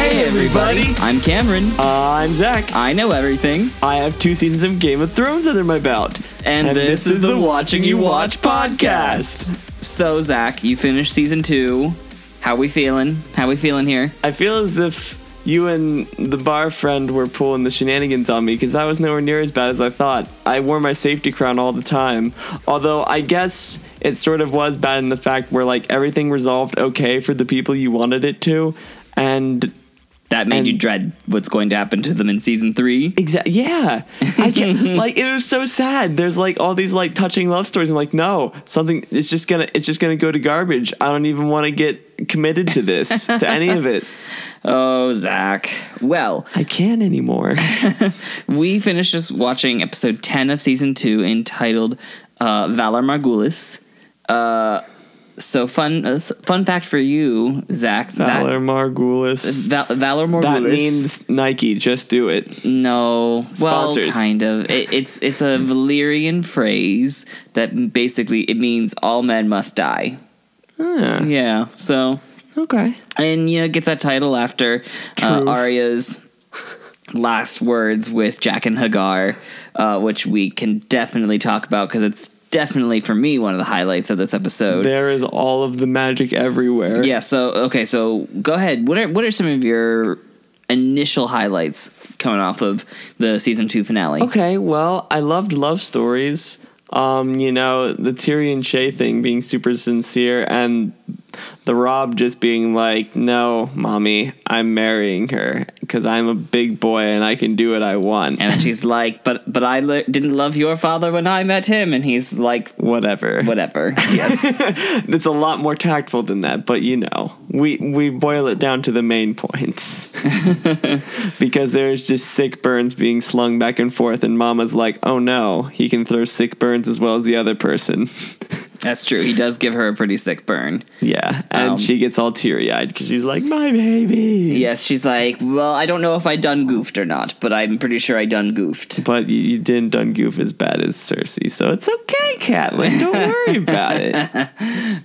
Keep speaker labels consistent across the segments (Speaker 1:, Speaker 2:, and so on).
Speaker 1: everybody.
Speaker 2: I'm Cameron.
Speaker 1: I'm Zach.
Speaker 2: I know everything.
Speaker 1: I have two seasons of Game of Thrones under my belt.
Speaker 2: And, this, is, the Watching You Watch podcast. So, Zach, you finished season two. How we feeling? How we feeling here?
Speaker 1: I feel as if you and the bar friend were pulling the shenanigans on me because I was nowhere near as bad as I thought. I wore my safety crown all the time. Although I guess it sort of was bad in the fact where like everything resolved okay for the people you wanted it to. And
Speaker 2: That made you dread what's going to happen to them in season three.
Speaker 1: Exactly. Yeah, I can like it was so sad. There's like all these like touching love stories. I'm like, no, something. It's just gonna. It's just gonna go to garbage. I don't even want to get committed to this to any of it.
Speaker 2: Oh, Zach. Well,
Speaker 1: I can't anymore.
Speaker 2: we finished just watching episode 10 of season 2 entitled uh, valor margulis uh, so fun uh, s- fun fact for you zach
Speaker 1: Valor Margulis.
Speaker 2: that, Val- valor margulis
Speaker 1: That means Nike. Just do it.
Speaker 2: no well
Speaker 1: Sponsors.
Speaker 2: kind of it, it's it's a valyrian phrase that basically it means all men must die
Speaker 1: Huh,
Speaker 2: yeah so
Speaker 1: Okay.
Speaker 2: and you know gets that title after uh,
Speaker 1: Truth.
Speaker 2: Arya's last words with Jack and Hagar, uh, which we can definitely talk about because it's definitely for me one of the highlights of this episode.
Speaker 1: There is all of the magic everywhere.
Speaker 2: yeah. So okay. So go ahead. What are what are some of your initial highlights coming off of the season two finale?
Speaker 1: Okay, well, I loved love stories. Um, you know, the Tyrion Shay thing being super sincere and the Rob just being like, "No, mommy, I'm marrying her cuz I'm a big boy and I can do what I want."
Speaker 2: And she's like, but but I le- didn't love your father when I met him, and he's like,
Speaker 1: Whatever.
Speaker 2: whatever. Yes.
Speaker 1: It's a lot more tactful than that, but you know, we we boil it down to the main points. because there's just sick burns being slung back and forth and mama's like, "Oh no, he can throw sick burns as well as the other person."
Speaker 2: That's true. He does give her a pretty sick burn.
Speaker 1: Yeah, and
Speaker 2: Um,
Speaker 1: she gets all teary eyed because she's like, "My baby."
Speaker 2: Yes, she's like, well, I don't know if I done goofed or not, but I'm pretty sure I done goofed.
Speaker 1: But you, you didn't done goof as bad as Cersei, so it's okay, Catelyn. Don't worry about it.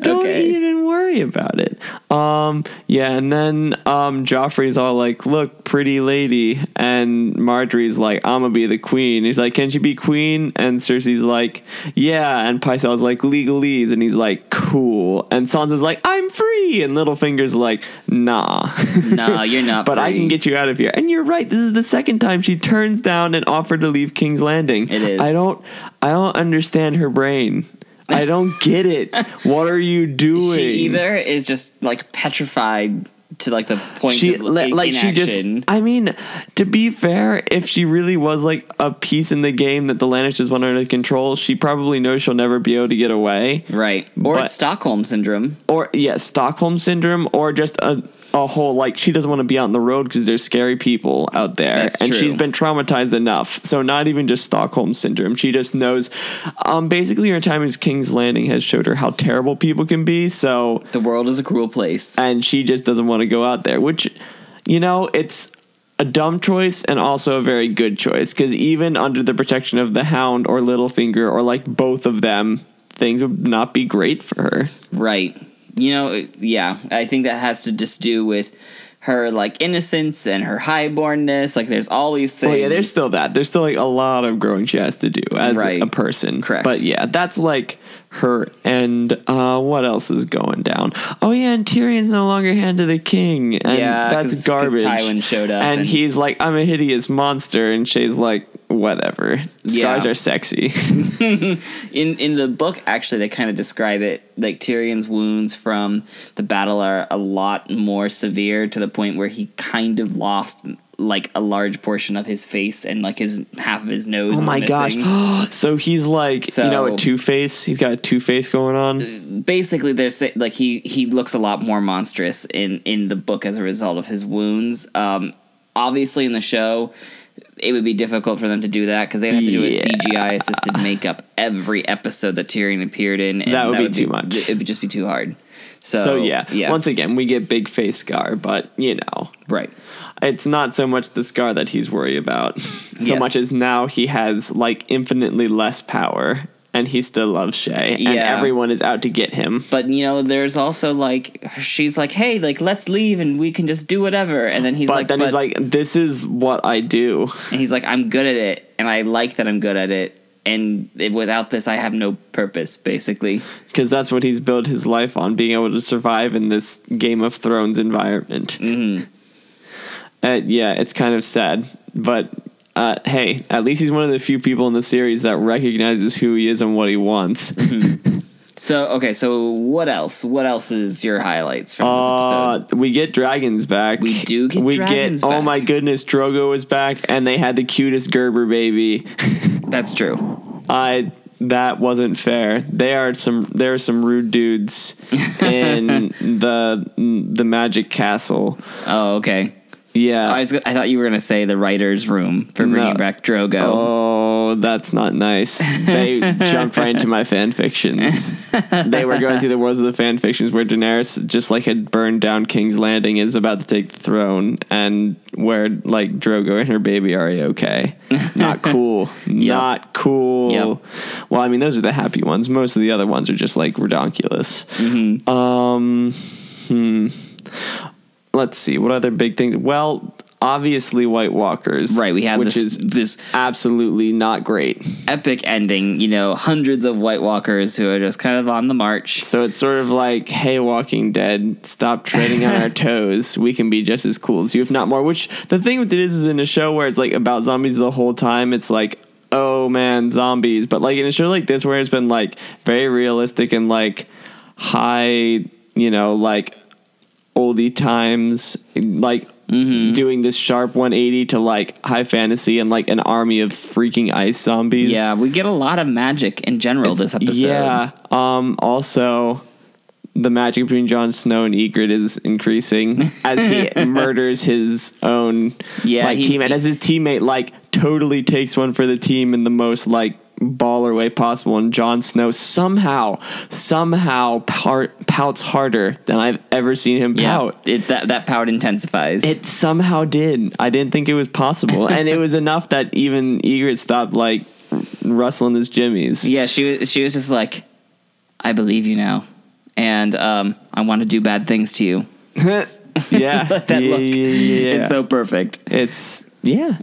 Speaker 1: Don't
Speaker 2: Okay.
Speaker 1: even worry about it. Um, yeah, and then um, Joffrey's all like, "Look, pretty lady," and Marjorie's like, "I'm gonna be the queen." He's like, "Can she be queen?" And Cersei's like, "Yeah," and Pycelle's like, "Legalese," and he's like, "Cool," and Sansa's like, "I'm free," and Littlefinger's like, "Nah."
Speaker 2: No, you're not.
Speaker 1: but I
Speaker 2: free.
Speaker 1: can get you out of here. And you're right. This is the second time she turns down an offer to leave King's Landing.
Speaker 2: It is.
Speaker 1: I don't. I don't understand her brain. I don't get it. What are you doing?
Speaker 2: She either is just like petrified to like the point
Speaker 1: She
Speaker 2: of
Speaker 1: le-
Speaker 2: in-
Speaker 1: like she
Speaker 2: inaction.
Speaker 1: just. I mean, to be fair, if she really was like a piece in the game that the Lannisters want her to control, she probably knows she'll never be able to get away.
Speaker 2: right, or
Speaker 1: But-
Speaker 2: it's Stockholm syndrome.
Speaker 1: or yeah, Stockholm syndrome, or just a a whole like she doesn't want to be out on the road because there's scary people out there,
Speaker 2: That's
Speaker 1: and
Speaker 2: true.
Speaker 1: she's been traumatized enough. So not even just Stockholm syndrome. She just knows. Um, basically, her time as King's Landing has showed her how terrible people can be. So
Speaker 2: The world is a cruel place.
Speaker 1: and she just doesn't want to go out there, which you know it's. A dumb choice and also a very good choice because even under the protection of the Hound or Littlefinger or like both of them, things would not be great for her.
Speaker 2: Right. You know, it- yeah, I think that has to just do with her like innocence and her highbornness. Like, there's all these things.
Speaker 1: Well, Oh, yeah, there's still that. There's still like a lot of growing she has to do as
Speaker 2: Right.
Speaker 1: a person.
Speaker 2: Correct.
Speaker 1: But yeah, that's like her. And uh, what else is going down? Oh yeah, and Tyrion's no longer hand of the king, and
Speaker 2: Yeah,
Speaker 1: that's
Speaker 2: 'cause- 'cause
Speaker 1: garbage.
Speaker 2: Tywin showed up
Speaker 1: and,
Speaker 2: and-
Speaker 1: he's like, "I'm a hideous monster," and Shay's like, "Whatever. Scars
Speaker 2: Yeah.
Speaker 1: are sexy."
Speaker 2: in in the book actually they kind of describe it like Tyrion's wounds from the battle are a lot more severe to the point where he kind of lost like a large portion of his face and like his half of his nose.
Speaker 1: oh my gosh! so he's like, you know,
Speaker 2: So-
Speaker 1: a two face. He's got a two face going on.
Speaker 2: Basically, they're say, like he he looks a lot more monstrous in in the book as a result of his wounds. Um, obviously, in the show. It would be difficult for them to do that because they'd have to do a
Speaker 1: Yeah.
Speaker 2: CGI assisted makeup every episode that Tyrion appeared in. And
Speaker 1: That would be too much.
Speaker 2: It would just be too hard. So,
Speaker 1: So, yeah.
Speaker 2: yeah.
Speaker 1: once again, we get big face scar, but you know,
Speaker 2: Right.
Speaker 1: it's not so much the scar that he's worried about so
Speaker 2: Yes.
Speaker 1: much as now he has like infinitely less power and he still loves Shay, and
Speaker 2: Yeah.
Speaker 1: everyone is out to get him.
Speaker 2: But you know, there's also like she's like, "Hey, like let's leave and we can just do whatever." And then he's
Speaker 1: but
Speaker 2: like,
Speaker 1: then
Speaker 2: but,
Speaker 1: he's like, "This is what I do."
Speaker 2: and he's like, "I'm good at it, and I like that I'm good at it, and it- without this, I have no purpose." Basically,
Speaker 1: because that's what he's built his life on being able to survive in this game of thrones environment
Speaker 2: Mm-hmm.
Speaker 1: Uh, yeah it's kind of sad but uh, hey at least he's one of the few people in the series that recognizes who he is and what he wants
Speaker 2: so okay, so what else? What else is your highlights from this
Speaker 1: uh,
Speaker 2: episode?
Speaker 1: we get dragons back
Speaker 2: We do get
Speaker 1: we
Speaker 2: dragons
Speaker 1: get oh
Speaker 2: back.
Speaker 1: my goodness drogo was back and they had the cutest gerber baby Uh,
Speaker 2: That's true.
Speaker 1: I that wasn't fair. They are some there are some rude dudes in the the magic castle.
Speaker 2: Oh, okay.
Speaker 1: Yeah.
Speaker 2: I was. go- I thought you were gonna say the writers' room for bringing
Speaker 1: No.
Speaker 2: back Drogo.
Speaker 1: oh, that's not nice. They jumped right into my fan fictions. They were going through the worlds of the fan fictions where Daenerys just like had burned down King's Landing is about to take the throne and where like Drogo and her baby are okay. Not cool. Not cool.
Speaker 2: Yep.
Speaker 1: Well, I mean those are the happy ones. Most of the other ones are just like redonkulous.
Speaker 2: Mm-hmm.
Speaker 1: Um hmm. Let's see what other big things. Well, obviously White Walkers.
Speaker 2: Right, we have
Speaker 1: which
Speaker 2: this
Speaker 1: is
Speaker 2: this
Speaker 1: absolutely not great.
Speaker 2: epic ending. You know, hundreds of White Walkers who are just kind of on the march.
Speaker 1: So it's sort of like, hey, Walking Dead, stop treading on our toes. We can be just as cool as you, if not more. Which the thing with it is, is in a show where it's like about zombies the whole time, it's like, oh man, zombies. But like in a show like this, where it's been like very realistic and like high, you know, like oldie times, like. Doing this sharp 180 to like high fantasy and like an army of freaking ice zombies.
Speaker 2: Yeah, we get a lot of magic in general this episode.
Speaker 1: Yeah. Um, also, the magic between Jon Snow and Egret is increasing as he murders his own
Speaker 2: Yeah,
Speaker 1: like,
Speaker 2: he-
Speaker 1: teammate. As his teammate like totally takes one for the team in the most like baller way possible, and Jon Snow somehow somehow pout, pouts harder than I've ever seen him
Speaker 2: Yeah,
Speaker 1: pout.
Speaker 2: It, that that pout intensifies.
Speaker 1: It somehow did. I didn't think it was possible, and it was enough that even Egret stopped like rustling his jimmies.
Speaker 2: yeah, she was she was just like, I believe you now, and um, I want to do bad things to you.
Speaker 1: yeah,
Speaker 2: That
Speaker 1: yeah,
Speaker 2: look,
Speaker 1: yeah, yeah, yeah.
Speaker 2: it's so perfect.
Speaker 1: It's yeah,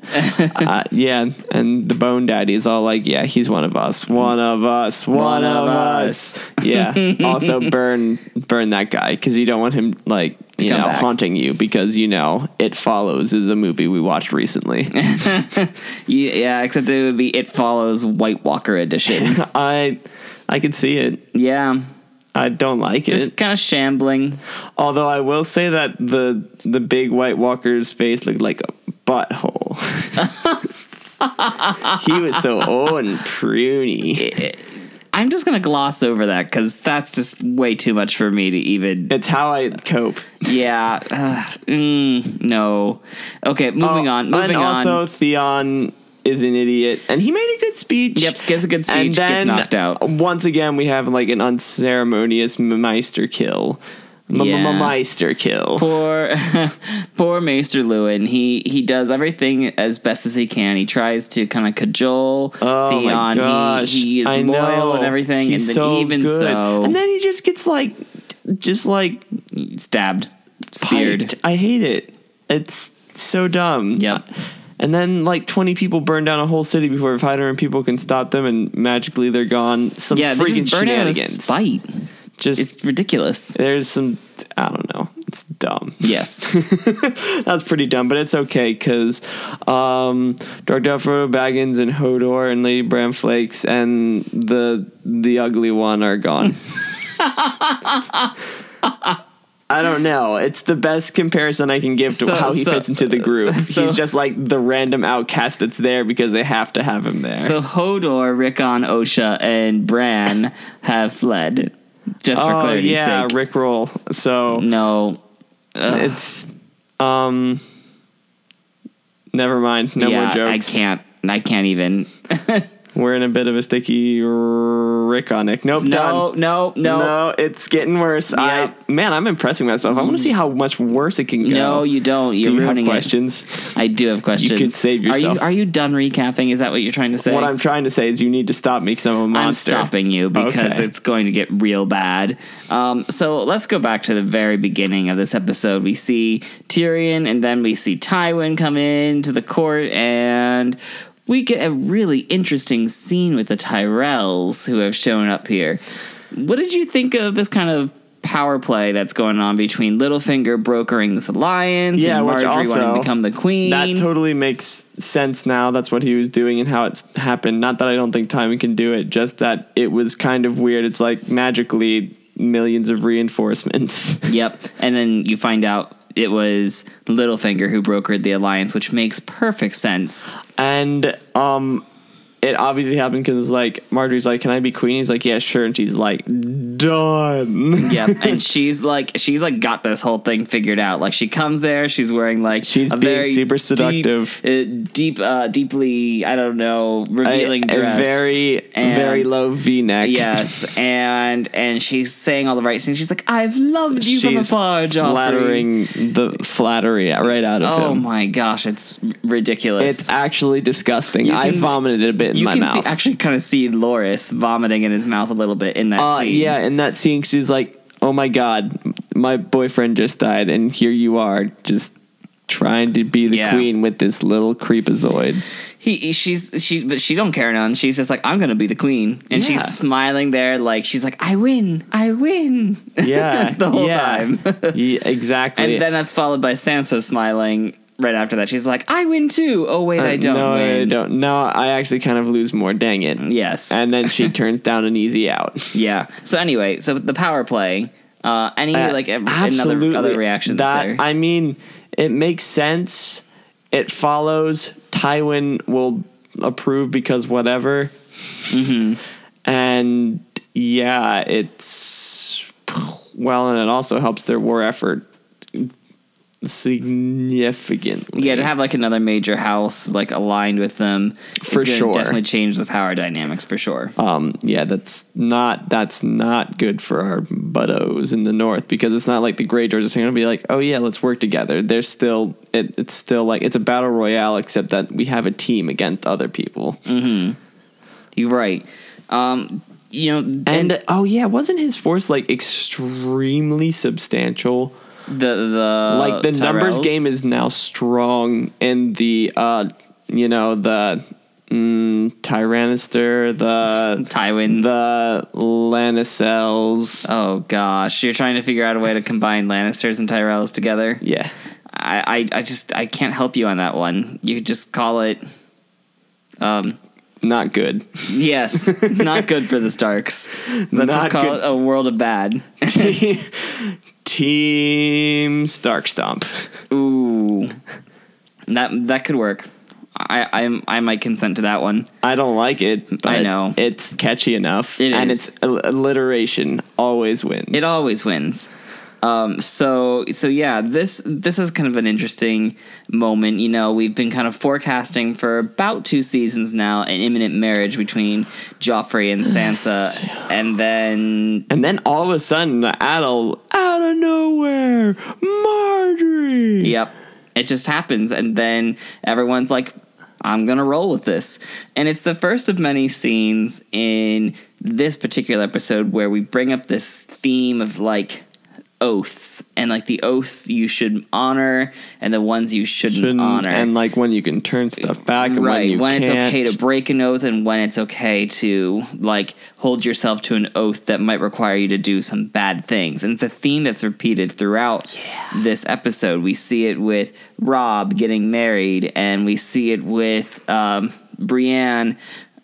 Speaker 1: uh, yeah, and the Bone Daddy is all like, yeah, he's one of us, one of us, one, of,
Speaker 2: of
Speaker 1: us. yeah. Also, burn burn that guy because you don't want him like you
Speaker 2: come
Speaker 1: know
Speaker 2: back.
Speaker 1: haunting you because you know it follows is a movie we watched recently.
Speaker 2: Yeah, yeah, except it would be It Follows White Walker edition.
Speaker 1: I I could see it.
Speaker 2: yeah,
Speaker 1: I don't like it.
Speaker 2: just kind of shambling.
Speaker 1: Although I will say that the the big White Walker's face looked like a butthole. he was so old and pruny.
Speaker 2: I'm just gonna gloss over that because that's just way too much for me to even.
Speaker 1: It's how I cope.
Speaker 2: yeah, ugh, mm, no. Okay, moving
Speaker 1: Oh,
Speaker 2: on. Moving
Speaker 1: and also
Speaker 2: on.
Speaker 1: Theon is an idiot, and he made a good speech.
Speaker 2: Yep, gives a good speech.
Speaker 1: and then
Speaker 2: gets knocked out.
Speaker 1: once again we have like an unceremonious Meister kill. M-
Speaker 2: Yeah.
Speaker 1: m- Meister kill.
Speaker 2: poor poor Maester Lewin. He he does everything as best as he can. He tries to kind of cajole
Speaker 1: Oh
Speaker 2: Theon.
Speaker 1: my gosh!
Speaker 2: He, he is
Speaker 1: I
Speaker 2: loyal
Speaker 1: know.
Speaker 2: and everything,
Speaker 1: He's
Speaker 2: and then
Speaker 1: so
Speaker 2: even
Speaker 1: good.
Speaker 2: so,
Speaker 1: and then he just gets like, just like
Speaker 2: stabbed, speared.
Speaker 1: Piped. I hate it. It's so dumb.
Speaker 2: Yep.
Speaker 1: And then like 20 people burn down a whole city before 500 people can stop them, and magically they're gone. Some
Speaker 2: Yeah, they
Speaker 1: freaking
Speaker 2: just burn it out of
Speaker 1: shenanigans.
Speaker 2: spite.
Speaker 1: Just
Speaker 2: It's ridiculous.
Speaker 1: there's some I don't know. It's dumb.
Speaker 2: Yes.
Speaker 1: That's pretty dumb, but it's okay because um, Dark Duff, Frodo Baggins, and Hodor and Lady Bram Flakes and the the ugly one are gone. I don't know. It's the best comparison I can give to
Speaker 2: So-
Speaker 1: how he
Speaker 2: so-
Speaker 1: fits into the group.
Speaker 2: so-
Speaker 1: He's just like the random outcast that's there because they have to have him there.
Speaker 2: So Hodor, Rickon, Osha, and Bran have fled. Just for
Speaker 1: oh
Speaker 2: clarity's
Speaker 1: yeah,
Speaker 2: sake.
Speaker 1: Rickroll. So
Speaker 2: no.
Speaker 1: it's um. Never mind. No
Speaker 2: yeah,
Speaker 1: more jokes.
Speaker 2: I can't. I can't even.
Speaker 1: We're in a bit of a sticky rickonic. Nope,
Speaker 2: No,
Speaker 1: done.
Speaker 2: no, no, no.
Speaker 1: No, it's getting worse.
Speaker 2: Yeah.
Speaker 1: I man, I'm impressing myself. I want to see how much worse it can go.
Speaker 2: you don't. You're
Speaker 1: Do you have
Speaker 2: ruining it.
Speaker 1: questions?
Speaker 2: I do have questions.
Speaker 1: could save
Speaker 2: Are
Speaker 1: yourself.
Speaker 2: you, are you done recapping? Is that what you're trying to say?
Speaker 1: What I'm trying to say is, you need to stop me because I'm a
Speaker 2: I'm
Speaker 1: monster.
Speaker 2: stopping you because
Speaker 1: Okay.
Speaker 2: it's going to get real bad. Um, so let's go back to the very beginning of this episode. We see Tyrion and then we see Tywin come into the court and we get a really interesting scene with the Tyrells who have shown up here. What did you think of this kind of power play that's going on between Littlefinger brokering this alliance
Speaker 1: Yeah,
Speaker 2: and
Speaker 1: which
Speaker 2: Marjorie wanting
Speaker 1: also-
Speaker 2: to become the queen?
Speaker 1: That totally makes sense now. That's what he was doing and how it's happened. Not that I don't think Tywin can do it, just that it was kind of weird. It's like magically millions of reinforcements.
Speaker 2: Yep. And then you find out it was Littlefinger who brokered the alliance, which makes perfect sense.
Speaker 1: And um, it obviously happened because like Marjorie's like, "Can I be queen?" He's like, "Yeah, sure." And she's like, "Done."
Speaker 2: Yep. and she's like, she's like got this whole thing figured out. Like she comes there, she's wearing like
Speaker 1: She's
Speaker 2: a
Speaker 1: being
Speaker 2: very
Speaker 1: super
Speaker 2: deep,
Speaker 1: seductive.
Speaker 2: uh, deep, uh, deeply, I don't know,
Speaker 1: A,
Speaker 2: revealing
Speaker 1: a
Speaker 2: dress.
Speaker 1: very
Speaker 2: And-
Speaker 1: very low V neck.
Speaker 2: Yes, and and she's saying all the right things. She's like, "I've loved you from
Speaker 1: She's
Speaker 2: afar, Joffrey."
Speaker 1: flattering the flattery right out of
Speaker 2: Oh
Speaker 1: him.
Speaker 2: my gosh, it's ridiculous.
Speaker 1: It's actually disgusting. I
Speaker 2: can-
Speaker 1: vomited a bit in
Speaker 2: you
Speaker 1: my
Speaker 2: can
Speaker 1: mouth.
Speaker 2: See, actually kind of see Loris vomiting in his mouth a little bit in that
Speaker 1: Uh,
Speaker 2: scene.
Speaker 1: yeah, in that scene, she's like, "Oh my god, my boyfriend just died, and here you are, just trying to be the
Speaker 2: Yeah.
Speaker 1: queen with this little creepazoid."
Speaker 2: He, he- she's she, but she don't care none. She's just like, I'm gonna be the queen, and
Speaker 1: Yeah.
Speaker 2: she's smiling there, like she's like, I win, I win.
Speaker 1: Yeah,
Speaker 2: The whole
Speaker 1: yeah.
Speaker 2: time.
Speaker 1: yeah, exactly.
Speaker 2: and then that's followed by Sansa smiling right after that. She's like, I win too. Oh wait,
Speaker 1: Uh,
Speaker 2: I don't
Speaker 1: No,
Speaker 2: win.
Speaker 1: I don't. No, I actually kind of lose more. Dang it.
Speaker 2: Yes.
Speaker 1: And then she turns down an easy out.
Speaker 2: yeah. So anyway, so the power play. Uh, any
Speaker 1: Uh,
Speaker 2: like ev-
Speaker 1: absolutely.
Speaker 2: another other reactions
Speaker 1: that,
Speaker 2: there?
Speaker 1: I mean, it makes sense. It follows. Tywin will approve because whatever.
Speaker 2: Mm-hmm.
Speaker 1: And yeah, it's well, and it also helps their war effort significantly.
Speaker 2: yeah, to have like another major house like aligned with them is
Speaker 1: For
Speaker 2: gonna
Speaker 1: sure.
Speaker 2: Definitely change the power dynamics for sure.
Speaker 1: um, yeah, that's not that's not good for our buttos in the north because it's not like the Greyjoys are saying to be like, oh yeah, let's work together. They're still it, it's still like it's a battle royale except that we have a team against other people.
Speaker 2: You're right. Um, you know,
Speaker 1: And, oh yeah, wasn't his force like extremely substantial?
Speaker 2: the the
Speaker 1: like the numbers
Speaker 2: Uh, Tyrells.
Speaker 1: game is now strong in the uh you know the mm, Tyrannister the
Speaker 2: Tywin.
Speaker 1: the Lannicels.
Speaker 2: oh gosh, you're trying to figure out a way to combine Lannisters and Tyrells together.
Speaker 1: Yeah.
Speaker 2: I, I I just I can't help you on that one. You could just call it. Um.
Speaker 1: Not good.
Speaker 2: Yes, not good for the Starks. Let's just
Speaker 1: Not
Speaker 2: call
Speaker 1: good.
Speaker 2: it a world of bad.
Speaker 1: Team Stark Stomp.
Speaker 2: Ooh, that that could work. I I'm, I might consent to that one.
Speaker 1: I don't like it, but
Speaker 2: I know.
Speaker 1: it's catchy enough,
Speaker 2: It
Speaker 1: and
Speaker 2: is.
Speaker 1: its al- alliteration always wins.
Speaker 2: It always wins. Um, so so yeah, this this is kind of an interesting moment. You know, we've been kind of forecasting for about two seasons now an imminent marriage between Joffrey and Sansa, and then
Speaker 1: and then all of a sudden, out of out of nowhere, Marjorie.
Speaker 2: yep, it just happens, and then everyone's like, "I'm gonna roll with this," and it's the first of many scenes in this particular episode where we bring up this theme of like oaths and like the oaths you should honor and the ones you shouldn't,
Speaker 1: And,
Speaker 2: honor
Speaker 1: and like when you can turn stuff back, and
Speaker 2: right
Speaker 1: when you
Speaker 2: when, it's
Speaker 1: can't.
Speaker 2: okay to break an oath and when it's okay to like hold yourself to an oath that might require you to do some bad things and it's a theme that's repeated throughout this episode we see it with rob getting married and we see it with um, brienne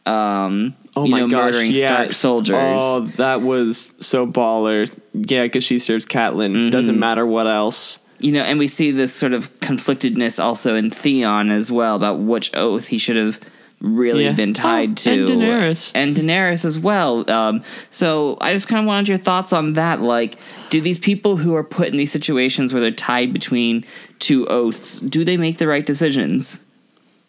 Speaker 2: um,
Speaker 1: Oh
Speaker 2: you
Speaker 1: my
Speaker 2: know,
Speaker 1: gosh!
Speaker 2: murdering
Speaker 1: yeah.
Speaker 2: Stark soldiers.
Speaker 1: Oh, that was so baller. Yeah, because she serves Catelyn.
Speaker 2: Mm-hmm.
Speaker 1: Doesn't matter what else.
Speaker 2: you know, and we see this sort of conflictedness also in Theon as well about which oath he should have really
Speaker 1: Yeah.
Speaker 2: been tied
Speaker 1: Oh,
Speaker 2: to, uh,
Speaker 1: and Daenerys.
Speaker 2: and Daenerys as well. Um, so I just kind of wanted your thoughts on that. Like, do these people who are put in these situations where they're tied between two oaths, do they make the right decisions?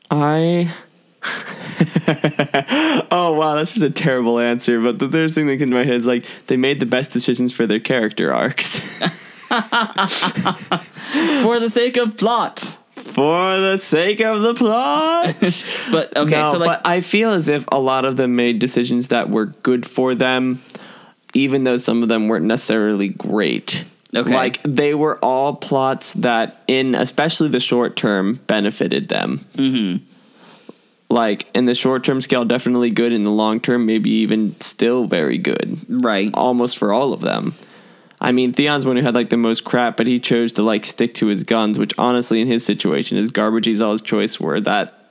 Speaker 1: I oh wow, that's just a terrible answer. But the third thing that came to my head is like they made the best decisions for their character arcs
Speaker 2: for the sake of plot.
Speaker 1: for the sake of the plot.
Speaker 2: But okay,
Speaker 1: no,
Speaker 2: so like
Speaker 1: but I feel as if a lot of them made decisions that were good for them, even though some of them weren't necessarily great.
Speaker 2: Okay.
Speaker 1: Like they were all plots that, in especially the short term, benefited them. Mm-hmm. Like in the short term scale, definitely good. In the long term, maybe even still very good
Speaker 2: right.
Speaker 1: almost for all of them. I mean, Theon's one who had like the most crap, but he chose to like stick to his guns, which honestly, in his situation, as garbage as all his choice were, that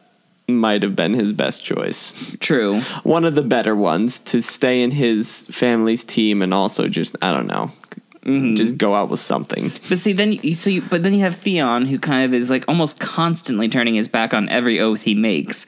Speaker 1: might have been his best choice.
Speaker 2: True.
Speaker 1: One of the better ones to stay in his family's team and also just, I don't know,
Speaker 2: Mm-hmm.
Speaker 1: just go out with something.
Speaker 2: But see, then you so you, but then you have Theon, who kind of is like almost constantly turning his back on every oath he makes.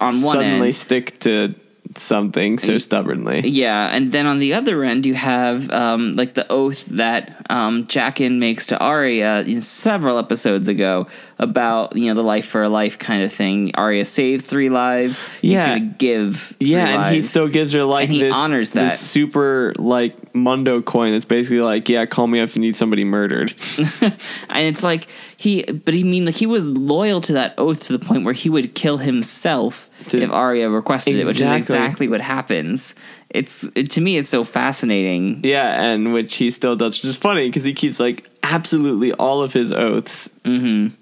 Speaker 2: On one
Speaker 1: Suddenly
Speaker 2: end,
Speaker 1: stick to something so stubbornly.
Speaker 2: yeah, and then on the other end, you have um, like the oath that um, Jaqen makes to Arya you know, several episodes ago about you know the life for a life kind of thing. Arya saves three lives.
Speaker 1: Yeah.
Speaker 2: he's gonna give. three
Speaker 1: Yeah, and he
Speaker 2: lives.
Speaker 1: still gives her like
Speaker 2: And he
Speaker 1: this,
Speaker 2: honors
Speaker 1: this
Speaker 2: that.
Speaker 1: super like Mundo coin that's basically like, yeah, call me if you need somebody murdered.
Speaker 2: and it's like he, but he mean like he was loyal to that oath to the point where he would kill himself
Speaker 1: To-
Speaker 2: if Arya requested it, which is
Speaker 1: Exactly.
Speaker 2: exactly what happens. It's it, to me, it's so fascinating.
Speaker 1: Yeah, and which he still does, which is funny because he keeps like absolutely all of his oaths. Mm-hmm.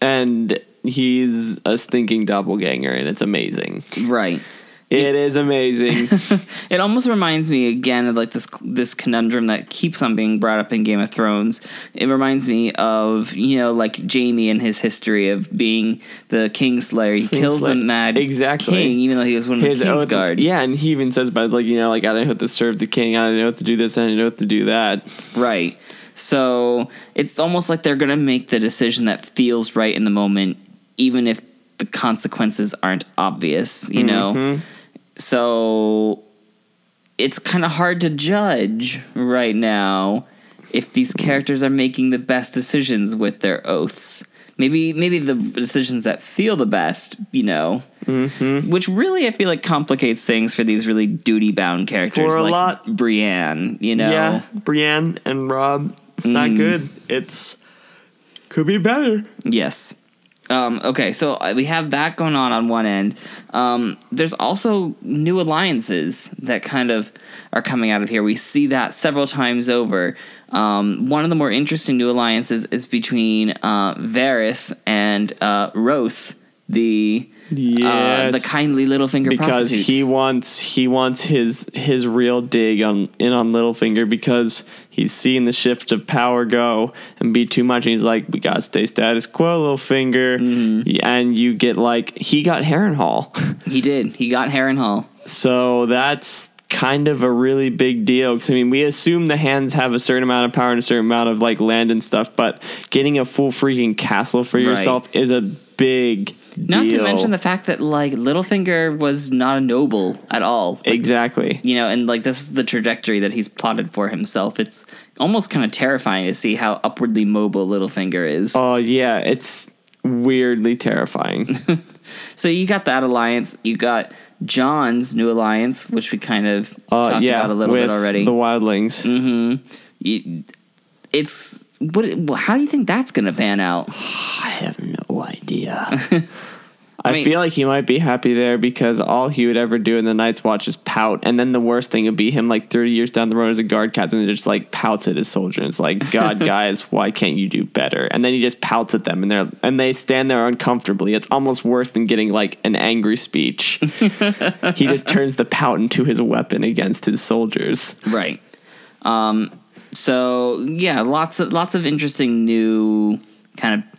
Speaker 1: And he's a stinking doppelganger, and it's amazing.
Speaker 2: Right.
Speaker 1: It is amazing.
Speaker 2: It almost reminds me again of like this this conundrum that keeps on being brought up in Game of Thrones. It reminds me of you know like Jamie and his history of being the Kingslayer. He kills the
Speaker 1: Kingslayer.
Speaker 2: mad
Speaker 1: Exactly.
Speaker 2: king, even though he was one of
Speaker 1: his
Speaker 2: the Kingsguard.
Speaker 1: oath, yeah, and he even says, "But it's like you know, like I didn't know to serve the king. I didn't know to do this. I didn't know to do that."
Speaker 2: Right. So it's almost like they're going to make the decision that feels right in the moment, even if the consequences aren't obvious, you
Speaker 1: Mm-hmm.
Speaker 2: know? So it's kind of hard to judge right now if these characters are making the best decisions with their oaths. Maybe maybe the decisions that feel the best, you know, mm-hmm. which really I feel like complicates things for these really duty bound characters
Speaker 1: For a
Speaker 2: like
Speaker 1: lot.
Speaker 2: Brienne, you know.
Speaker 1: Yeah, Brienne and Rob. It's not good. It's could be better.
Speaker 2: Yes. Um, okay, so uh, we have that going on on one end. Um, there's also new alliances that kind of are coming out of here. We see that several times over. Um, one of the more interesting new alliances is between uh, Varys and uh, Rose, the uh,
Speaker 1: Yes.
Speaker 2: the kindly little finger
Speaker 1: because
Speaker 2: prostitute.
Speaker 1: he wants he wants his his real dig on in on Littlefinger because he's seen the shift of power go and be too much and he's like we gotta stay status quo Littlefinger
Speaker 2: Mm-hmm.
Speaker 1: and you get like he got Harrenhal
Speaker 2: he did. He got Harrenhal.
Speaker 1: so that's kind of a really big deal because I mean we assume the hands have a certain amount of power and a certain amount of like land and stuff but getting a full freaking castle for yourself is a big
Speaker 2: Not
Speaker 1: deal.
Speaker 2: to mention the fact that like Littlefinger was not a noble at all.
Speaker 1: exactly
Speaker 2: you know, and like this is the trajectory that he's plotted for himself. It's almost kind of terrifying to see how upwardly mobile Littlefinger is.
Speaker 1: Oh yeah, it's weirdly terrifying.
Speaker 2: So you got that alliance. You got John's new alliance, which we kind of
Speaker 1: Uh,
Speaker 2: talked
Speaker 1: yeah,
Speaker 2: about a little
Speaker 1: with
Speaker 2: bit already. Mm.
Speaker 1: the wildlings.
Speaker 2: You- it's what? How do you think that's going to pan out?
Speaker 1: I have no idea. I,
Speaker 2: I mean-
Speaker 1: feel like he might be happy there because all he would ever do in the Night's Watch is pout, and then the worst thing would be him like thirty years down the road as a guard captain that just like pouts at his soldier and it's like, God, guys, why can't you do better? And then he just pouts at them, and they're and they stand there uncomfortably. It's almost worse than getting like an angry speech. he just turns the pout into his weapon against his soldiers.
Speaker 2: Right. Um, so yeah, lots of lots of interesting new kind of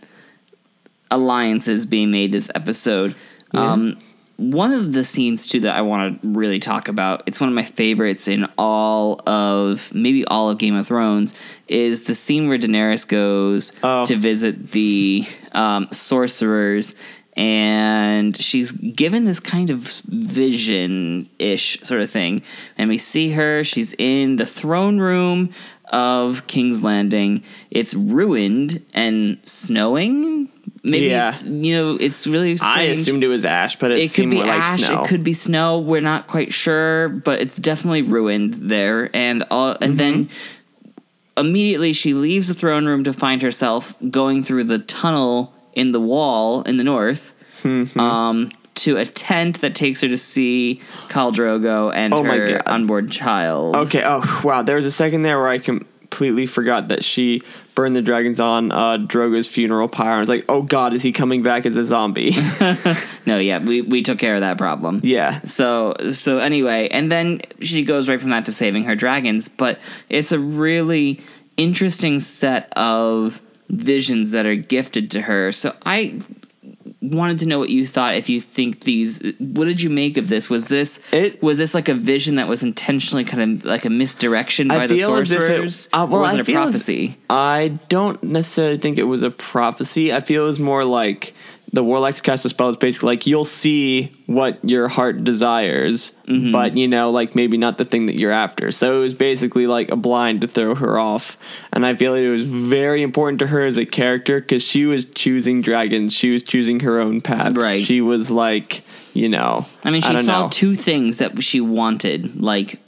Speaker 2: alliances being made this episode. Um, one of the scenes too that I want to really talk about. It's one of my favorites in all of maybe all of Game of Thrones is the scene where Daenerys goes
Speaker 1: Oh.
Speaker 2: to visit the um, sorcerers. And she's given this kind of vision ish sort of thing. And we see her, she's in the throne room of King's Landing. It's ruined and snowing, Maybe
Speaker 1: Yeah.
Speaker 2: it's you know it's really. Strange.
Speaker 1: I assumed it was ash, but it,
Speaker 2: it could
Speaker 1: seemed
Speaker 2: be
Speaker 1: more
Speaker 2: ash.
Speaker 1: like snow.
Speaker 2: It could be snow. We're not quite sure, but it's definitely ruined there. And all, and then
Speaker 1: Mm-hmm.
Speaker 2: immediately she leaves the throne room to find herself going through the tunnel in the wall in the north.
Speaker 1: Mm-hmm.
Speaker 2: Um. To a tent that takes her to see Khal Drogo and
Speaker 1: Oh my
Speaker 2: her
Speaker 1: God.
Speaker 2: unborn child.
Speaker 1: Okay. Oh wow, there was a second there where I completely forgot that she burned the dragons on uh, Drogo's funeral pyre. I was like, oh god, is he coming back as a zombie?
Speaker 2: No, yeah, we, we took care of that problem.
Speaker 1: yeah.
Speaker 2: So so anyway, and then she goes right from that to saving her dragons, but it's a really interesting set of visions that are gifted to her. So I wanted to know what you thought if you think these what did you make of this? Was this
Speaker 1: It-
Speaker 2: was this like a vision that was intentionally kind of like a misdirection
Speaker 1: I
Speaker 2: by the
Speaker 1: feel as if it-
Speaker 2: sorcerers?
Speaker 1: uh, well,
Speaker 2: or was
Speaker 1: I
Speaker 2: it a
Speaker 1: feel as-
Speaker 2: prophecy?
Speaker 1: I don't necessarily think it was a prophecy. I feel it was more like the warlocks cast a spell. It's basically like you'll see what your heart desires,
Speaker 2: Mm-hmm.
Speaker 1: but you know, like maybe not the thing that you're after. So it was basically like a blind to throw her off. And I feel like it was very important to her as a character because she was choosing dragons. She was choosing her own path.
Speaker 2: Right.
Speaker 1: She was like, you know.
Speaker 2: I mean, she
Speaker 1: don't
Speaker 2: saw
Speaker 1: know.
Speaker 2: two things that she wanted like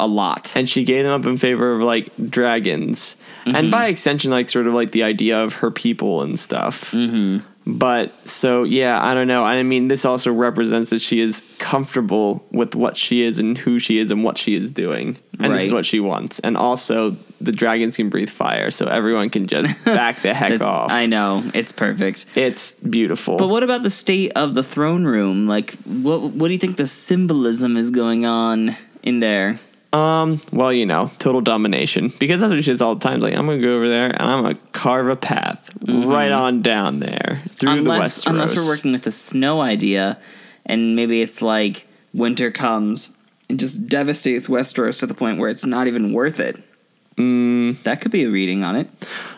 Speaker 2: a lot.
Speaker 1: and she gave them up in favor of like dragons
Speaker 2: Mm-hmm.
Speaker 1: and by extension like sort of like the idea of her people and stuff mm-hmm. but so yeah i don't know i mean this also represents that she is comfortable with what she is and who she is and what she is doing and this is
Speaker 2: Right.
Speaker 1: what she wants and also the dragons can breathe fire so everyone can just back the heck
Speaker 2: It's-
Speaker 1: off
Speaker 2: I know it's perfect.
Speaker 1: it's beautiful
Speaker 2: But what about the state of the throne room? Like, what what do you think the symbolism is going on in there?
Speaker 1: Um, well you know total domination because that's what she says all the time like i'm gonna go over there and i'm gonna carve a path right on down there through
Speaker 2: Mm-hmm. unless
Speaker 1: the Westeros.
Speaker 2: unless we're working with the snow idea, and maybe it's like winter comes and just devastates Westeros to the point where it's not even worth it.
Speaker 1: Mm.
Speaker 2: That could be a reading on it.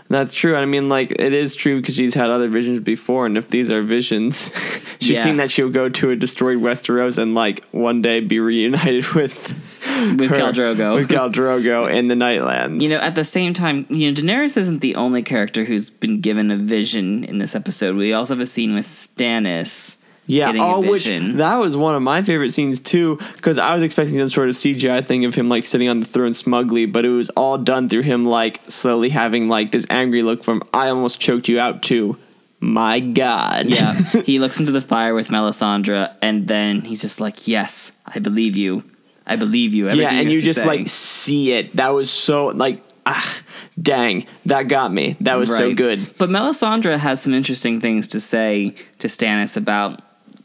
Speaker 1: That's true. I mean, like it is true because she's had other visions before, and if these are visions, she's
Speaker 2: Yeah.
Speaker 1: seen that she'll go to a destroyed Westeros and like one day be reunited with
Speaker 2: With
Speaker 1: her-
Speaker 2: Khal Drogo.
Speaker 1: with Khal Drogo in the Nightlands.
Speaker 2: You know, at the same time, you know, Daenerys isn't the only character who's been given a vision in this episode. We also have a scene with Stannis.
Speaker 1: yeah.
Speaker 2: getting a
Speaker 1: Oh, which
Speaker 2: vision.
Speaker 1: that was one of my favorite scenes too, because I was expecting some sort of CGI thing of him like sitting on the throne smugly, but it was all done through him like slowly having like this angry look from "I almost choked you out" to "My God."
Speaker 2: Yeah, he looks into the fire with Melisandre, and then he's just like, "Yes, I believe you. I believe you." Everything
Speaker 1: yeah,
Speaker 2: have
Speaker 1: and you
Speaker 2: to
Speaker 1: just
Speaker 2: say."
Speaker 1: like see it. That was so like ah, dang, that got me. That was so
Speaker 2: Right.
Speaker 1: good.
Speaker 2: But Melisandre has some interesting things to say to Stannis about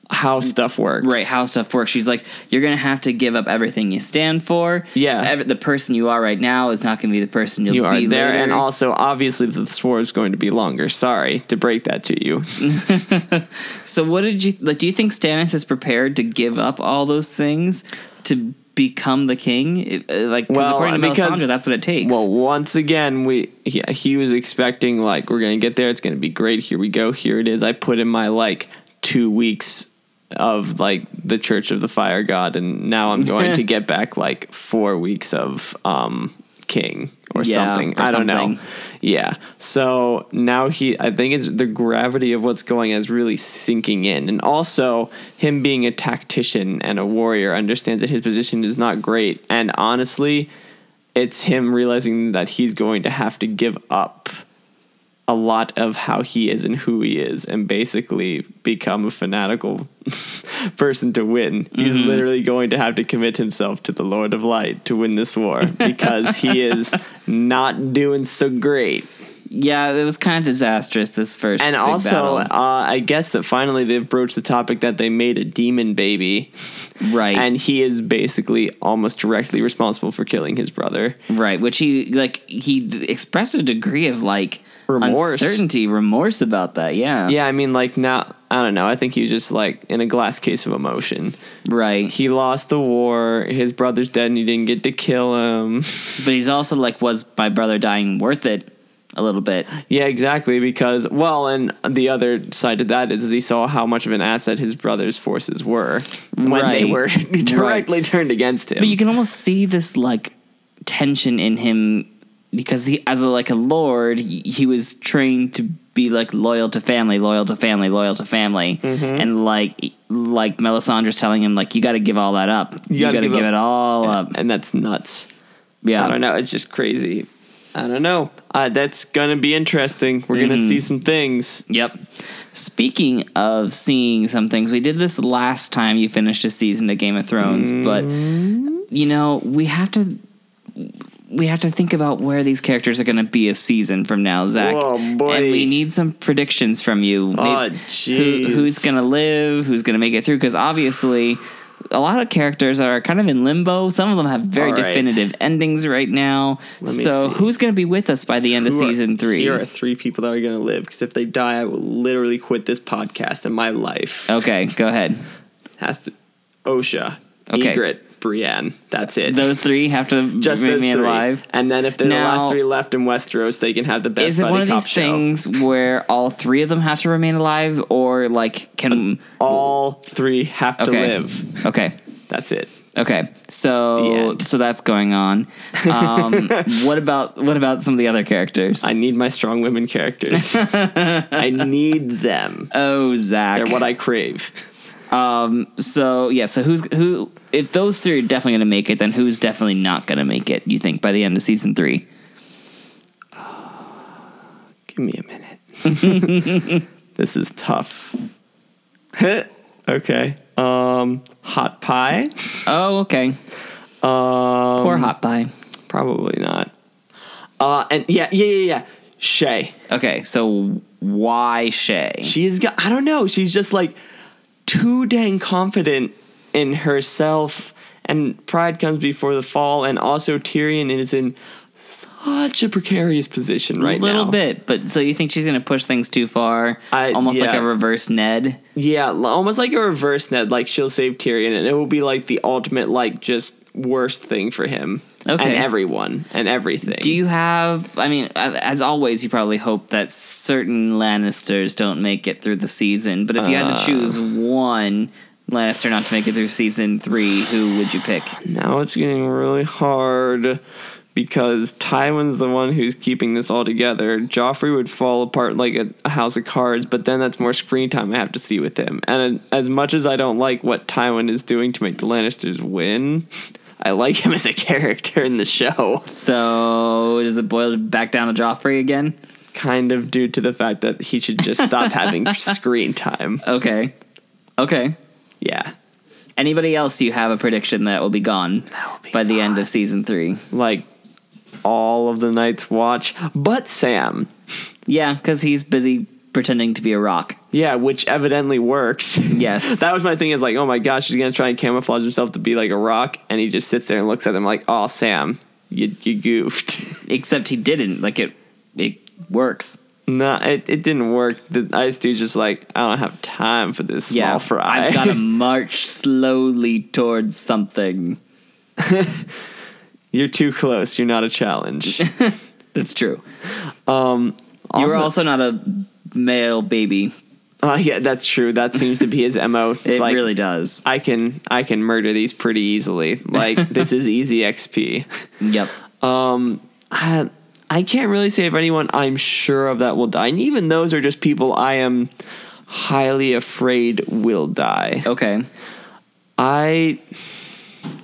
Speaker 1: How stuff works,
Speaker 2: right how stuff works. She's like, "You're gonna have to give up everything you stand for.
Speaker 1: Yeah.
Speaker 2: Ev- the person you are right now is not gonna be the person you'll
Speaker 1: you
Speaker 2: be
Speaker 1: are there,
Speaker 2: later.
Speaker 1: and also obviously the sword is going to be longer. Sorry to break that to you.
Speaker 2: So, what did you like? Do you think Stannis is prepared to give up all those things to become the king? It- uh, Like, 'cause
Speaker 1: Well,
Speaker 2: according to
Speaker 1: because-
Speaker 2: Melisandre, that's what it takes.
Speaker 1: well, once again, we he, he was expecting like we're gonna get there. It's gonna be great. Here we go. Here it is. I put in my like two weeks of like the Church of the Fire God, and now I'm going to get back like four weeks of um King or
Speaker 2: Yeah,
Speaker 1: something.
Speaker 2: or
Speaker 1: I don't know.
Speaker 2: something.
Speaker 1: Yeah. So now he, I think it's the gravity of what's going on is really sinking in. And also, him being a tactician and a warrior understands that his position is not great. And honestly, it's him realizing that he's going to have to give up a lot of how he is and who he is and basically become a fanatical person to win. He's
Speaker 2: Mm-hmm.
Speaker 1: literally going to have to commit himself to the Lord of Light to win this war because he is not doing so great.
Speaker 2: Yeah, it was kind of disastrous this first.
Speaker 1: And
Speaker 2: big
Speaker 1: also, uh,
Speaker 2: battle.
Speaker 1: I guess that finally they've broached the topic that they made a demon baby
Speaker 2: right,
Speaker 1: and he is basically almost directly responsible for killing his brother.
Speaker 2: right, which he like he d- expressed a degree of like
Speaker 1: Remorse.
Speaker 2: uncertainty, remorse about that. Yeah,
Speaker 1: Yeah, I mean, like, now, I don't know. I think he was just like in a glass case of emotion.
Speaker 2: right.
Speaker 1: he lost the war. His brother's dead, and he didn't get to kill him.
Speaker 2: but he's also like, was my brother dying worth it? A little bit.
Speaker 1: yeah, exactly. Because well, and the other side to that is he saw how much of an asset his brother's forces were when they
Speaker 2: Right.
Speaker 1: were
Speaker 2: Right.
Speaker 1: directly turned against him.
Speaker 2: But you can almost see this like tension in him because he, as a like a lord, he, he was trained to be like loyal to family, loyal to family, loyal to family,
Speaker 1: Mm-hmm.
Speaker 2: and like like Melisandre's telling him like you got to give all that up, you, got
Speaker 1: gotta
Speaker 2: to give,
Speaker 1: give up.
Speaker 2: it all up.
Speaker 1: and that's nuts.
Speaker 2: Yeah,
Speaker 1: I don't know. It's just crazy. I don't know. Uh, that's gonna be interesting. We're
Speaker 2: Mm-hmm.
Speaker 1: gonna see some things.
Speaker 2: Yep. Speaking of seeing some things, we did this last time you finished a season of Game of Thrones,
Speaker 1: Mm-hmm.
Speaker 2: but you know, we have to we have to think about where these characters are going to be a season from now, Zach.
Speaker 1: Oh, boy.
Speaker 2: And we need some predictions from you.
Speaker 1: Oh,
Speaker 2: Who, who's
Speaker 1: jeez.
Speaker 2: going to live? Who's going to make it through? Because obviously, a lot of characters are kind of in limbo. Some of them have very
Speaker 1: All right.
Speaker 2: definitive endings right now.
Speaker 1: Let me
Speaker 2: So,
Speaker 1: see.
Speaker 2: who's going to be with us by the end of
Speaker 1: Who are-
Speaker 2: season three?
Speaker 1: Here are three people that are gonna live. Because if they die, I will literally quit this podcast and my life.
Speaker 2: Okay, go ahead.
Speaker 1: Has to OSHA,
Speaker 2: Okay.
Speaker 1: Egret, Brienne. That's it.
Speaker 2: Those three have to
Speaker 1: just those
Speaker 2: remain
Speaker 1: three.
Speaker 2: alive.
Speaker 1: And then if they're
Speaker 2: Now-
Speaker 1: the last three left in Westeros, they can have the best.
Speaker 2: Is it
Speaker 1: buddy
Speaker 2: one of
Speaker 1: cop
Speaker 2: these
Speaker 1: show.
Speaker 2: things where all three of them have to remain alive, or like can
Speaker 1: All three have Uh, to
Speaker 2: okay,
Speaker 1: live.
Speaker 2: okay,
Speaker 1: That's it.
Speaker 2: okay?
Speaker 1: The
Speaker 2: So
Speaker 1: end.
Speaker 2: so that's going on. Um, what about what about some of the other characters?
Speaker 1: I need my strong women characters. I need them.
Speaker 2: oh, Zach.
Speaker 1: They're what I crave.
Speaker 2: um. So yeah. So who's who? If those three are definitely going to make it, then who's definitely not going to make it? You think by the end of season three?
Speaker 1: Give me a minute. this is tough. okay. Um, hot pie.
Speaker 2: Oh, okay.
Speaker 1: Um,
Speaker 2: Poor hot pie.
Speaker 1: probably not. Uh, and yeah, yeah, yeah, yeah. Shay.
Speaker 2: Okay. So why Shay?
Speaker 1: She's got. I don't know. She's just like too dang confident in herself. And pride comes before the fall. And also Tyrion is in such a precarious position right
Speaker 2: a little
Speaker 1: now.
Speaker 2: bit but so you think she's going to push things too far
Speaker 1: I-
Speaker 2: almost like
Speaker 1: yeah.
Speaker 2: a reverse ned
Speaker 1: Yeah, l- almost like a reverse Ned. Like she'll save Tyrion, and it will be like the ultimate, like just worst thing for him
Speaker 2: Okay.
Speaker 1: and everyone and everything.
Speaker 2: do you have i mean a- as always you probably hope that certain lannisters don't make it through the season but if you
Speaker 1: Uh.
Speaker 2: had to choose one lannister not to make it through season three who would you pick
Speaker 1: now it's getting really hard because Tywin's the one who's keeping this all together. Joffrey would fall apart like a, a house of cards, but then that's more screen time I have to see with him. And as much as I don't like what Tywin is doing to make the Lannisters win, I like him as a character in the show.
Speaker 2: so does it boil back down to joffrey again
Speaker 1: kind of due to the fact that he should just stop having screen time.
Speaker 2: okay okay
Speaker 1: Yeah.
Speaker 2: anybody else you have a prediction that will be gone
Speaker 1: be
Speaker 2: by the end of season three
Speaker 1: Like all of the night's watch, but Sam.
Speaker 2: yeah because he's busy pretending to be a rock
Speaker 1: Yeah, which evidently works.
Speaker 2: Yes.
Speaker 1: that was my thing is like, oh my gosh, he's going to try and camouflage himself to be like a rock. And he just sits there and looks at them like, oh, Sam, you, you goofed.
Speaker 2: except he didn't like it it works
Speaker 1: no, it, it didn't work. The ice dude's just like, I don't have time for this small fry.
Speaker 2: i've got to march slowly towards something
Speaker 1: You're too close. You're not a challenge.
Speaker 2: that's true um you're also not a male baby
Speaker 1: uh, yeah, that's true. That seems to be his MO. It's
Speaker 2: it
Speaker 1: like,
Speaker 2: really does
Speaker 1: I can I can murder these pretty easily. Like this is easy XP.
Speaker 2: yep
Speaker 1: I I can't really say of anyone I'm sure of that will die. And even those are just people I am highly afraid will die.
Speaker 2: okay
Speaker 1: I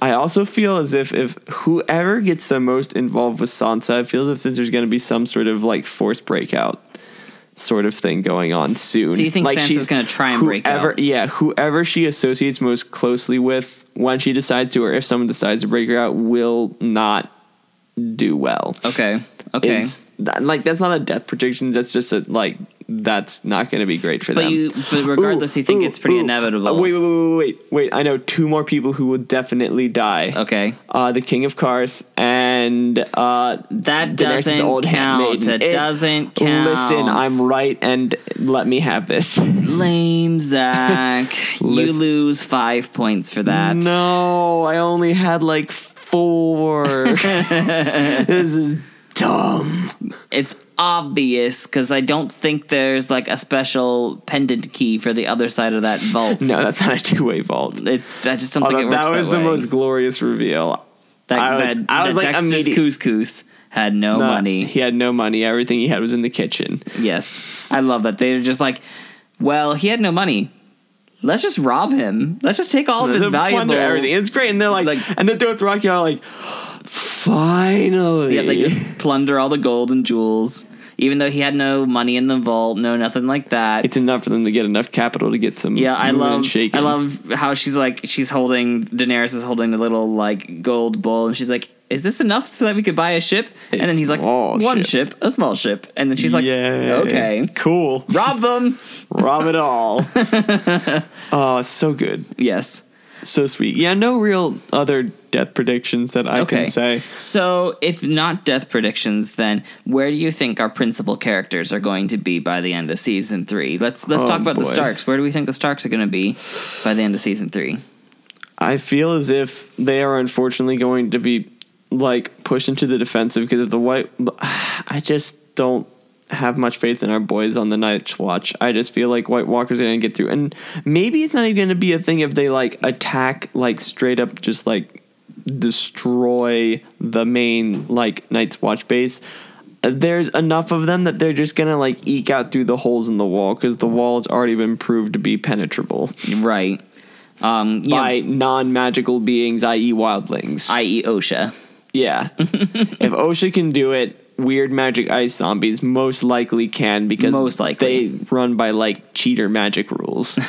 Speaker 1: I also feel as if if whoever gets the most involved with Sansa, I feel as if there's going to be some sort of like force breakout sort of thing going on soon.
Speaker 2: So you think
Speaker 1: like
Speaker 2: Sansa's gonna try and break
Speaker 1: whoever,
Speaker 2: out?
Speaker 1: Yeah, whoever she associates most closely with when she decides to, or if someone decides to break her out, will not do well.
Speaker 2: okay okay
Speaker 1: It's- that- like that's not a death prediction. That's just a like that's not going to be great for
Speaker 2: but
Speaker 1: them.
Speaker 2: you but regardless
Speaker 1: Ooh,
Speaker 2: you think
Speaker 1: ooh,
Speaker 2: it's pretty
Speaker 1: ooh.
Speaker 2: inevitable
Speaker 1: Uh, wait, wait, wait, wait, wait, wait. I know two more people who will definitely die.
Speaker 2: okay
Speaker 1: Uh, the King of Karth and uh,
Speaker 2: that
Speaker 1: Daenerys'
Speaker 2: doesn't
Speaker 1: old
Speaker 2: count
Speaker 1: handmaiden.
Speaker 2: that
Speaker 1: It-
Speaker 2: doesn't count
Speaker 1: Listen, I'm right, and let me have this.
Speaker 2: lame zach you
Speaker 1: Listen-
Speaker 2: lose five points for that
Speaker 1: no, I only had like four. this is dumb.
Speaker 2: it's obvious because I don't think there's like a special pendant key for the other side of that vault.
Speaker 1: No, that's not a two-way vault.
Speaker 2: It's I just don't
Speaker 1: Although
Speaker 2: think it works
Speaker 1: that
Speaker 2: that
Speaker 1: was the
Speaker 2: way.
Speaker 1: most glorious reveal.
Speaker 2: that,
Speaker 1: I was-
Speaker 2: that,
Speaker 1: I was
Speaker 2: that
Speaker 1: like,
Speaker 2: Dexter's
Speaker 1: immediate-
Speaker 2: couscous had no
Speaker 1: Not-
Speaker 2: money.
Speaker 1: He had no money. Everything he had was in the kitchen.
Speaker 2: Yes. I love that. They're just like, well, he had no money. Let's just rob him. Let's just take all of his
Speaker 1: They
Speaker 2: valuable
Speaker 1: plunder everything. It's great. And they're like,
Speaker 2: Like-
Speaker 1: and then Dorothy Rocky are like, finally.
Speaker 2: Yeah, they just plunder all the gold and jewels. Even though he had no money in the vault, no nothing like that.
Speaker 1: it's enough for them to get enough capital to get some.
Speaker 2: yeah, I
Speaker 1: moving and
Speaker 2: love.
Speaker 1: shaking.
Speaker 2: I love how she's like she's holding Daenerys is holding the little like gold bowl, and she's like, "Is this enough so that we could buy a ship?"
Speaker 1: A
Speaker 2: and then he's like,
Speaker 1: small
Speaker 2: "One
Speaker 1: ship."
Speaker 2: ship. a small ship." And then she's like,
Speaker 1: Yay.
Speaker 2: "Okay,
Speaker 1: cool.
Speaker 2: rob them."
Speaker 1: Rob it all. oh, it's so good,
Speaker 2: yes.
Speaker 1: so sweet. Yeah, no real other death predictions that I
Speaker 2: Okay.
Speaker 1: can say.
Speaker 2: So, if not death predictions, then where do you think our principal characters are going to be by the end of season three? Let's let's
Speaker 1: Oh,
Speaker 2: talk about the
Speaker 1: boy.
Speaker 2: Starks. Where do we think the Starks are going to be by the end of season three?
Speaker 1: I feel as if they are unfortunately going to be like pushed into the defensive because of the white. I just don't have much faith in our boys on the Night's Watch. I just feel like White Walker's going to get through, and maybe it's not even going to be a thing if they like attack like straight up, just like destroy the main like Night's Watch base. There's enough of them that they're just gonna like eke out through the holes in the wall because the wall has already been proved to be penetrable
Speaker 2: Right. Um, you
Speaker 1: by
Speaker 2: know,
Speaker 1: non magical beings, i.e., wildlings.
Speaker 2: i.e. e, OSHA.
Speaker 1: yeah. if OSHA can do it, weird magic ice zombies most likely can because
Speaker 2: Most likely.
Speaker 1: they run by like cheater magic rules.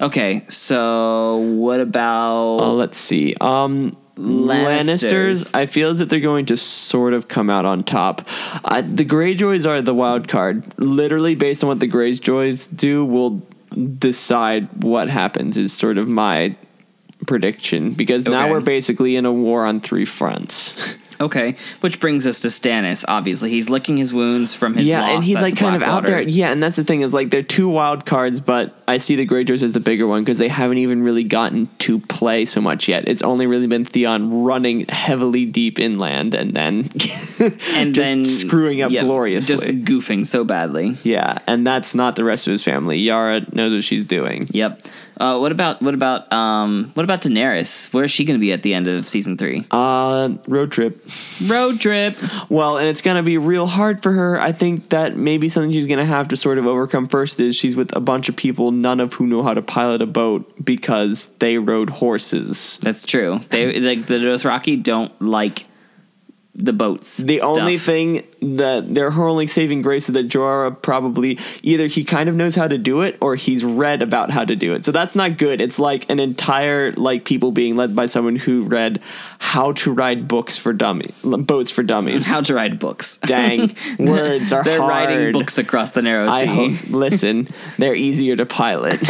Speaker 2: Okay, so what about
Speaker 1: uh, let's see. Um, Lannisters.
Speaker 2: Lannisters.
Speaker 1: I feel as if they're going to sort of come out on top. Uh, the Greyjoys are the wild card. Literally, based on what the Greyjoys do, will decide what happens. Is sort of my prediction because now
Speaker 2: Okay.
Speaker 1: we're basically in a war on three fronts.
Speaker 2: okay? Which brings us to Stannis. Obviously, he's licking his wounds from his
Speaker 1: yeah, and
Speaker 2: loss
Speaker 1: he's
Speaker 2: at
Speaker 1: like
Speaker 2: the
Speaker 1: kind of out
Speaker 2: Blackwater.
Speaker 1: there. Yeah, and that's the thing is like they're two wild cards, but I see the Greyjoys as the bigger one because they haven't even really gotten to play so much yet. It's only really been Theon running heavily deep inland and then
Speaker 2: and
Speaker 1: just
Speaker 2: then
Speaker 1: screwing up
Speaker 2: yeah,
Speaker 1: gloriously.
Speaker 2: just goofing so badly.
Speaker 1: yeah, and that's not the rest of his family. Yara knows what she's doing.
Speaker 2: Yep. Uh, what about what about um, what about Daenerys? Where is she going to be at the end of season three?
Speaker 1: Uh, road trip.
Speaker 2: Road trip.
Speaker 1: Well, and it's gonna be real hard for her. I think that maybe something she's gonna have to sort of overcome first is she's with a bunch of people, none of who know how to pilot a boat because they rode horses.
Speaker 2: That's true. They like the Dothraki don't like the boats.
Speaker 1: The
Speaker 2: stuff.
Speaker 1: only thing that their her only saving grace is that Jorah probably either he kind of knows how to do it or he's read about how to do it. So that's not good. It's like an entire like people being led by someone who read how to ride books for dummy boats for dummies.
Speaker 2: how to write books.
Speaker 1: Dang, words are
Speaker 2: They're writing
Speaker 1: hard.
Speaker 2: books across the narrow sea.
Speaker 1: I hope, listen, they're easier to pilot.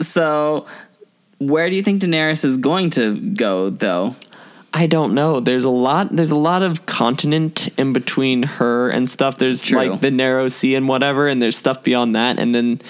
Speaker 2: So, where do you think Daenerys is going to go, though?
Speaker 1: I don't know. There's a lot. There's a lot of continent in between her and stuff. There's
Speaker 2: True.
Speaker 1: like the narrow sea and whatever, and there's stuff beyond that, and then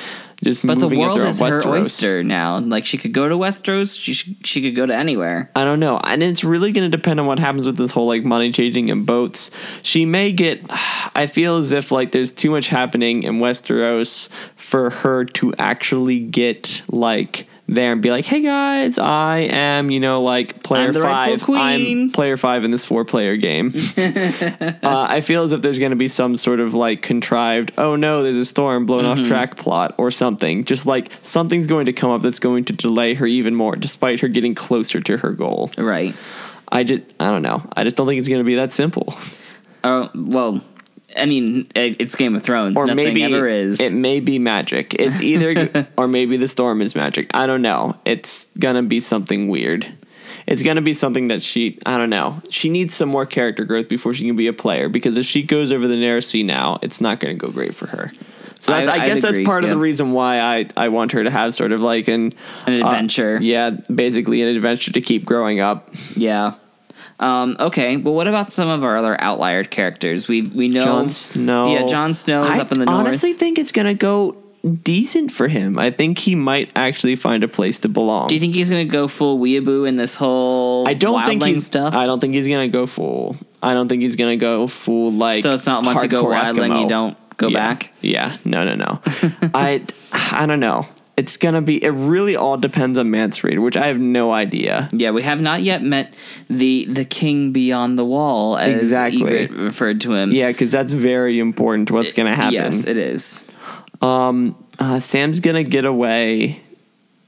Speaker 1: just
Speaker 2: But the
Speaker 1: moving it
Speaker 2: world
Speaker 1: throughout
Speaker 2: is her
Speaker 1: Westeros.
Speaker 2: oyster now. Like she could go to Westeros. She sh- she could go to anywhere.
Speaker 1: I don't know. And it's really going to depend on what happens with this whole like money changing and boats. She may get I feel as if like there's too much happening in Westeros for her to actually get like there and be like, "Hey guys, I am, you know, like player
Speaker 2: I'm the
Speaker 1: 5.
Speaker 2: rightful
Speaker 1: I'm
Speaker 2: queen."
Speaker 1: player 5 in this four-player game." uh, I feel as if there's going to be some sort of like contrived, "Oh no, there's a storm, blown off track plot or something." Just like something's going to come up that's going to delay her even more despite her getting closer to her goal.
Speaker 2: Right.
Speaker 1: I just I don't know. I just don't think it's going to be that simple.
Speaker 2: Oh well. I mean, it- it's Game of Thrones.
Speaker 1: Or
Speaker 2: Nothing
Speaker 1: maybe
Speaker 2: ever is.
Speaker 1: it may be magic. It's either or maybe the storm is magic. I don't know. It's going to be something weird. It's going to be something that she I don't know. She needs some more character growth before she can be a player because if she goes over the narrow sea now, it's not going to go great for her. So that's,
Speaker 2: I-
Speaker 1: I,
Speaker 2: I'd
Speaker 1: guess that's
Speaker 2: agree,
Speaker 1: part of the
Speaker 2: yeah.
Speaker 1: reason why I, I want her to have sort of like an
Speaker 2: An
Speaker 1: uh,
Speaker 2: adventure.
Speaker 1: yeah, basically an adventure to keep growing up.
Speaker 2: yeah. Um, okay. Well, what about some of our other outlier characters? We we know
Speaker 1: Jon Snow.
Speaker 2: Oh. Yeah, Jon Snow is
Speaker 1: I
Speaker 2: up in the north.
Speaker 1: honestly think it's gonna go decent for him. I think he might actually find a place to belong.
Speaker 2: Do you think he's gonna go full weeaboo in this whole
Speaker 1: I don't think
Speaker 2: wildling
Speaker 1: he's
Speaker 2: stuff?
Speaker 1: I don't think he's gonna go full. I don't think he's gonna go full like.
Speaker 2: so it's not once you go
Speaker 1: hardcore
Speaker 2: wildling,
Speaker 1: Eskimo.
Speaker 2: you don't go
Speaker 1: Yeah.
Speaker 2: back.
Speaker 1: Yeah. No. No. No. I. I don't know. it's gonna be. It really all depends on Mance Reader, which I have no idea.
Speaker 2: Yeah, we have not yet met the the king beyond the wall, as
Speaker 1: Exactly.
Speaker 2: Egret referred to him.
Speaker 1: Yeah, because that's very important. to What's gonna happen?
Speaker 2: Yes, it is.
Speaker 1: Um, uh, Sam's gonna get away,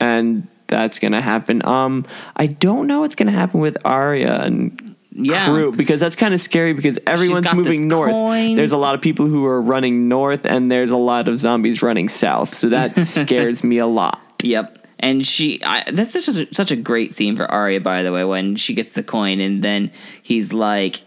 Speaker 1: and that's gonna happen. Um, I don't know what's gonna happen with Arya and
Speaker 2: Yeah.
Speaker 1: crew because that's kind of scary because everyone's
Speaker 2: got this
Speaker 1: moving north.
Speaker 2: coin.
Speaker 1: There's a lot of people who are running north, and there's a lot of zombies running south. So that scares me a lot.
Speaker 2: Yep. And she, I, that's such a, such a great scene for Arya, by the way, when she gets the coin and then he's like,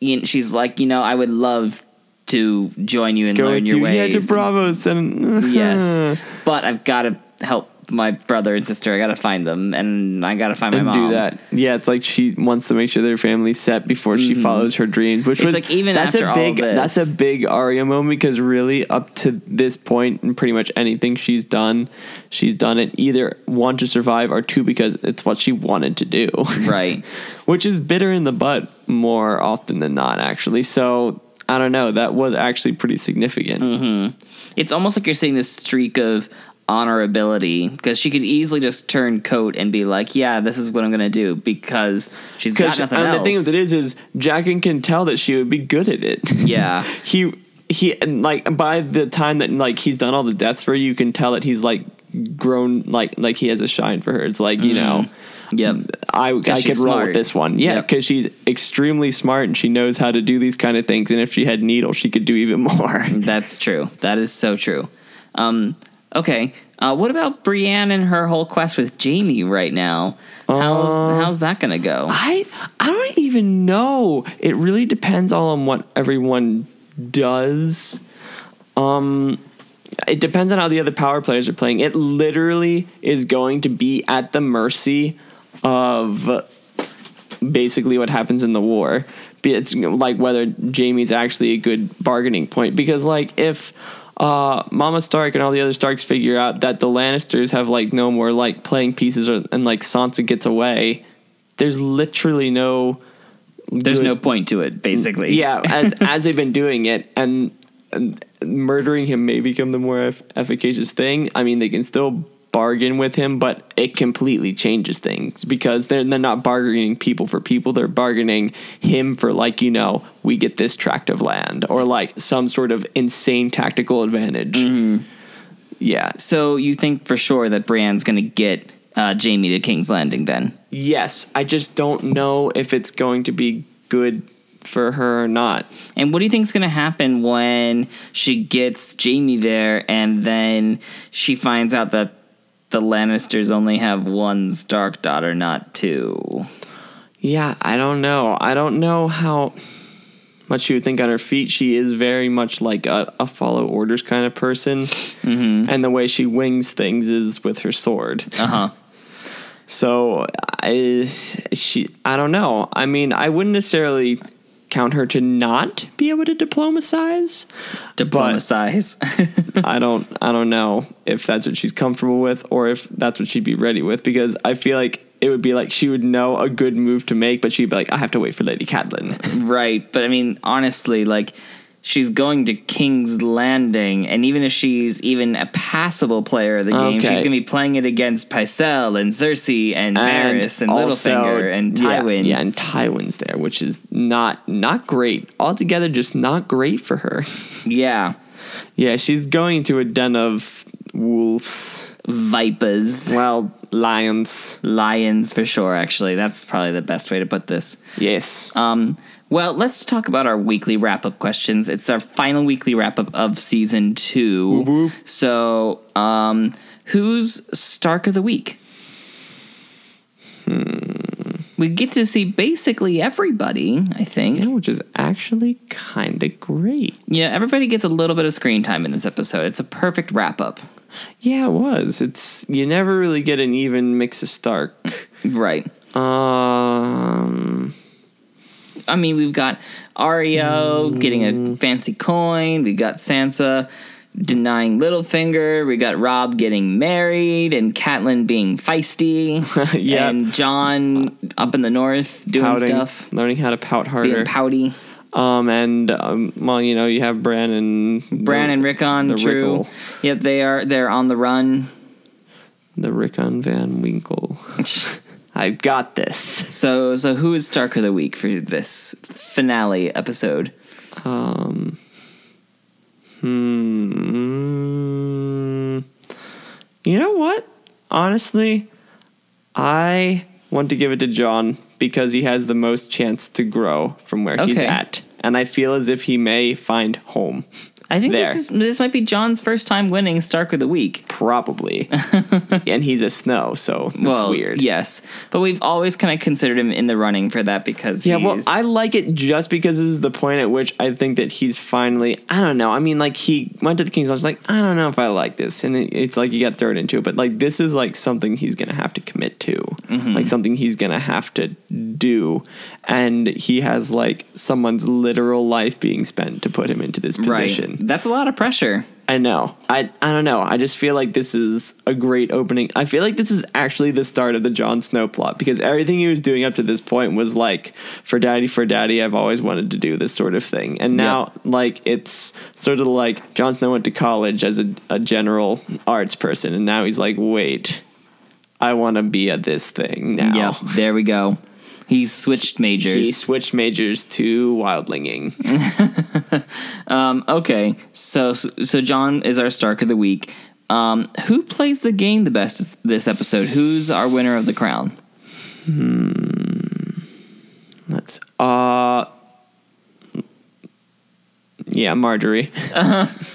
Speaker 2: you know, she's like, you know, I would love to join you and
Speaker 1: Go
Speaker 2: learn
Speaker 1: to
Speaker 2: your ways.
Speaker 1: yeah to
Speaker 2: and-
Speaker 1: Bravos and
Speaker 2: yes. But I've got to help my brother and sister. I got to find them and I got to find my
Speaker 1: and
Speaker 2: mom.
Speaker 1: do that. Yeah, it's like she wants to make sure their family's set before she follows her dreams, which
Speaker 2: It's
Speaker 1: was
Speaker 2: like even
Speaker 1: that's
Speaker 2: after
Speaker 1: a
Speaker 2: all
Speaker 1: big
Speaker 2: this-
Speaker 1: that's a big Arya moment because really up to this point and pretty much anything she's done, she's done it either one to survive or two because it's what she wanted to do,
Speaker 2: Right.
Speaker 1: which is bitter in the butt more often than not actually. So I don't know. That was actually pretty significant.
Speaker 2: It's almost like you're seeing this streak of honorability because she could easily just turn coat and be like, yeah, this is what I'm going to do because she's got
Speaker 1: Because
Speaker 2: nothing
Speaker 1: and
Speaker 2: else.
Speaker 1: the thing of it is, is Jacken can tell that she would be good at it.
Speaker 2: Yeah.
Speaker 1: he he, and like by the time that like he's done all the deaths for her, you can tell that he's like grown, like like he has a shine for her. It's like you know,
Speaker 2: Yep.
Speaker 1: I I could
Speaker 2: Mm-hmm. she's
Speaker 1: roll
Speaker 2: smart.
Speaker 1: with this one, yeah,
Speaker 2: Yep.
Speaker 1: because she's extremely smart and she knows how to do these kind of things. And if she had needle, she could do even more.
Speaker 2: That's true. That is so true. Um, okay. Uh, what about Brienne and her whole quest with Jamie right now? How's how's that gonna go?
Speaker 1: Uh, I I don't even know. It really depends all on what everyone does. Um it depends on how the other power players are playing. It literally is going to be at the mercy of basically what happens in the war. Be- It's you know, like whether Jamie's actually a good bargaining point because like if uh, Mama Stark and all the other Starks figure out that the Lannisters have like no more like playing pieces or, and like Sansa gets away, there's literally no
Speaker 2: There's
Speaker 1: good-
Speaker 2: no point to it, basically.
Speaker 1: yeah as as they've been doing it and, and murdering him may become the more eff- efficacious thing i mean they can still bargain with him but it completely changes things because they're, they're not bargaining people for people they're bargaining him for like you know we get this tract of land or like some sort of insane tactical advantage yeah
Speaker 2: So you think for sure that Brienne's gonna get uh, Jamie to King's Landing then?
Speaker 1: yes i just don't know if it's going to be good for her or not
Speaker 2: And what do you think's gonna happen when she gets Jamie there and then she finds out that the Lannisters only have one Stark daughter, not two?
Speaker 1: Yeah, I don't know. I don't know how much she would think on her feet. She is very much like a, a follow orders kind of person. And the way she wings things is with her sword.
Speaker 2: Uh huh.
Speaker 1: So I she I don't know. I mean, I wouldn't necessarily count her to not be able to diplomacize.
Speaker 2: Diplomatize.
Speaker 1: I don't I don't know if that's what she's comfortable with or if that's what she'd be ready with because I feel like it would be like she would know a good move to make, but she'd be like, I have to wait for Lady Catelyn.
Speaker 2: Right, but I mean, honestly, like she's going to King's Landing, and even if she's even a passable player of the game,
Speaker 1: Okay.
Speaker 2: she's going to be playing it against Pycelle and Cersei and, Varys and
Speaker 1: also-
Speaker 2: Littlefinger and
Speaker 1: yeah,
Speaker 2: Tywin.
Speaker 1: Yeah, and Tywin's there, which is not not great altogether. Just not great for her.
Speaker 2: Yeah.
Speaker 1: yeah, she's going to a den of wolves.
Speaker 2: vipers,
Speaker 1: Well, lions.
Speaker 2: lions for sure. Actually, that's probably the best way to put this.
Speaker 1: Yes.
Speaker 2: Um, well, let's talk about our weekly wrap up questions. It's our final weekly wrap up of season two.
Speaker 1: whoop.
Speaker 2: So, um, who's Stark of the Week? We get to see basically everybody, I think.
Speaker 1: yeah,
Speaker 2: Yeah.
Speaker 1: which is actually kind of great.
Speaker 2: everybody gets a little bit of screen time in this episode. It's a perfect wrap up.
Speaker 1: Yeah, it was. It's you never really get an even mix of Stark.
Speaker 2: Right.
Speaker 1: Um.
Speaker 2: I mean, we've got Ario getting
Speaker 1: Mm.
Speaker 2: a fancy coin. We got Sansa denying Littlefinger. We got Rob getting married and Catelyn being feisty.
Speaker 1: Yep.
Speaker 2: And John up in the north doing
Speaker 1: Pouting,
Speaker 2: stuff,
Speaker 1: learning how to pout harder.
Speaker 2: being pouty.
Speaker 1: um, and um, well, you know, you have Bran and
Speaker 2: Bran and Rickon,
Speaker 1: the
Speaker 2: true.
Speaker 1: Rickle.
Speaker 2: Yep, they are they're on the run.
Speaker 1: the Rickon Van Winkle. I've got this.
Speaker 2: So, so who is Stark of the Week for this finale episode?
Speaker 1: Um, hmm. You know what? Honestly, I want to give it to John because he has the most chance to grow from where he's
Speaker 2: Okay.
Speaker 1: at. And I feel as if he may find home.
Speaker 2: I think this
Speaker 1: There.
Speaker 2: is, this might be John's first time winning Stark of the Week.
Speaker 1: Probably. and he's a snow, so that's
Speaker 2: well,
Speaker 1: weird.
Speaker 2: Yes, but we've always kind of considered him in the running for that because
Speaker 1: Yeah, well,
Speaker 2: he's,
Speaker 1: I like it just because this is the point at which I think that he's finally. I don't know. I mean, like he went to the King's Lodge, like I don't know if I like this, and it, it's like he got thrown into it. But like this is like something he's gonna have to commit to, like something he's gonna have to do, and he has like someone's literal life being spent to put him into this position.
Speaker 2: right. That's a lot of pressure.
Speaker 1: I know. I I don't know. I just feel like this is a great opening. I feel like this is actually the start of the Jon Snow plot because everything he was doing up to this point was like for daddy for daddy I've always wanted to do this sort of thing. And now like it's sort of like Jon Snow went to college as a, a general arts person and now he's like wait I want to be at this thing now.
Speaker 2: Yeah, Oh. there we go. He switched majors.
Speaker 1: He switched majors to wildlinging.
Speaker 2: Um, okay, so so John is our Stark of the week. Um, who plays the game the best this episode? Who's our winner of the crown?
Speaker 1: Let's uh Yeah, Marjorie.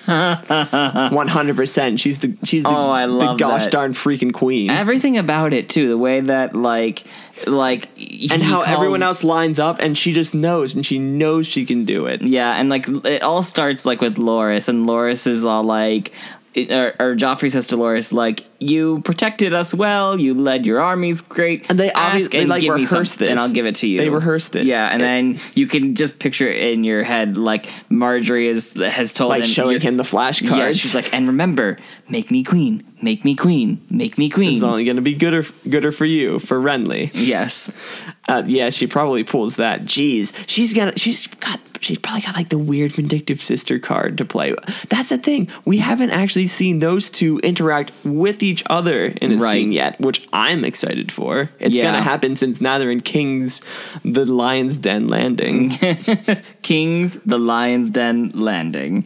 Speaker 1: One hundred percent. She's the she's the,
Speaker 2: Oh, I love
Speaker 1: the gosh
Speaker 2: that.
Speaker 1: darn freaking queen.
Speaker 2: Everything about it too, the way that like like
Speaker 1: and how everyone
Speaker 2: else.
Speaker 1: else lines up and she just knows and she knows she can do it.
Speaker 2: Yeah, and like it all starts like with Loris, and Loris is all like, it- or, or Joffrey says to Loris, like, "You protected us well. You led your armies great."
Speaker 1: And they
Speaker 2: Ask
Speaker 1: obviously,
Speaker 2: and
Speaker 1: like,
Speaker 2: give me
Speaker 1: rehearsed
Speaker 2: something, and
Speaker 1: this.
Speaker 2: I'll give it to you.
Speaker 1: They rehearsed it.
Speaker 2: Yeah, and
Speaker 1: It-
Speaker 2: then you can just picture it in your head, like Marjorie is has told
Speaker 1: Like
Speaker 2: him,
Speaker 1: showing
Speaker 2: you're-
Speaker 1: him the flashcards.
Speaker 2: Yeah, she's like, and remember, make me queen, make me queen, make me queen.
Speaker 1: it's only gonna be gooder gooder for you, for Renly.
Speaker 2: yes.
Speaker 1: Uh, yeah, she probably pulls that. Jeez, she's got she's got she's probably got like the weird vindictive sister card to play. That's the thing. We haven't actually seen those two interact with each other in a
Speaker 2: Right.
Speaker 1: scene yet, which I'm excited for. It's
Speaker 2: Yeah.
Speaker 1: gonna happen since now they're in King's the Lion's Den landing.
Speaker 2: Mm. Kings, the Lion's Den landing.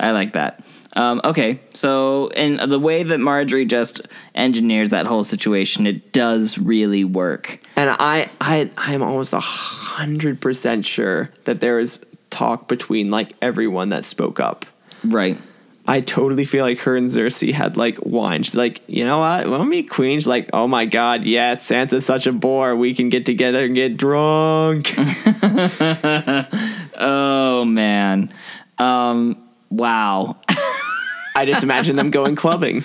Speaker 2: I like that. Um, okay, so and the way that Marjorie just engineers that whole situation, it does really work.
Speaker 1: And I, I, I'm almost a hundred percent sure that there is talk between like everyone that spoke up.
Speaker 2: Right.
Speaker 1: I totally feel like her and Cersei had like wine. She's like, you know what? Want me queen? She's like, oh my god, yes, Santa's such a bore. We can get together and get drunk.
Speaker 2: Oh man. Um, wow.
Speaker 1: I just imagine them going clubbing.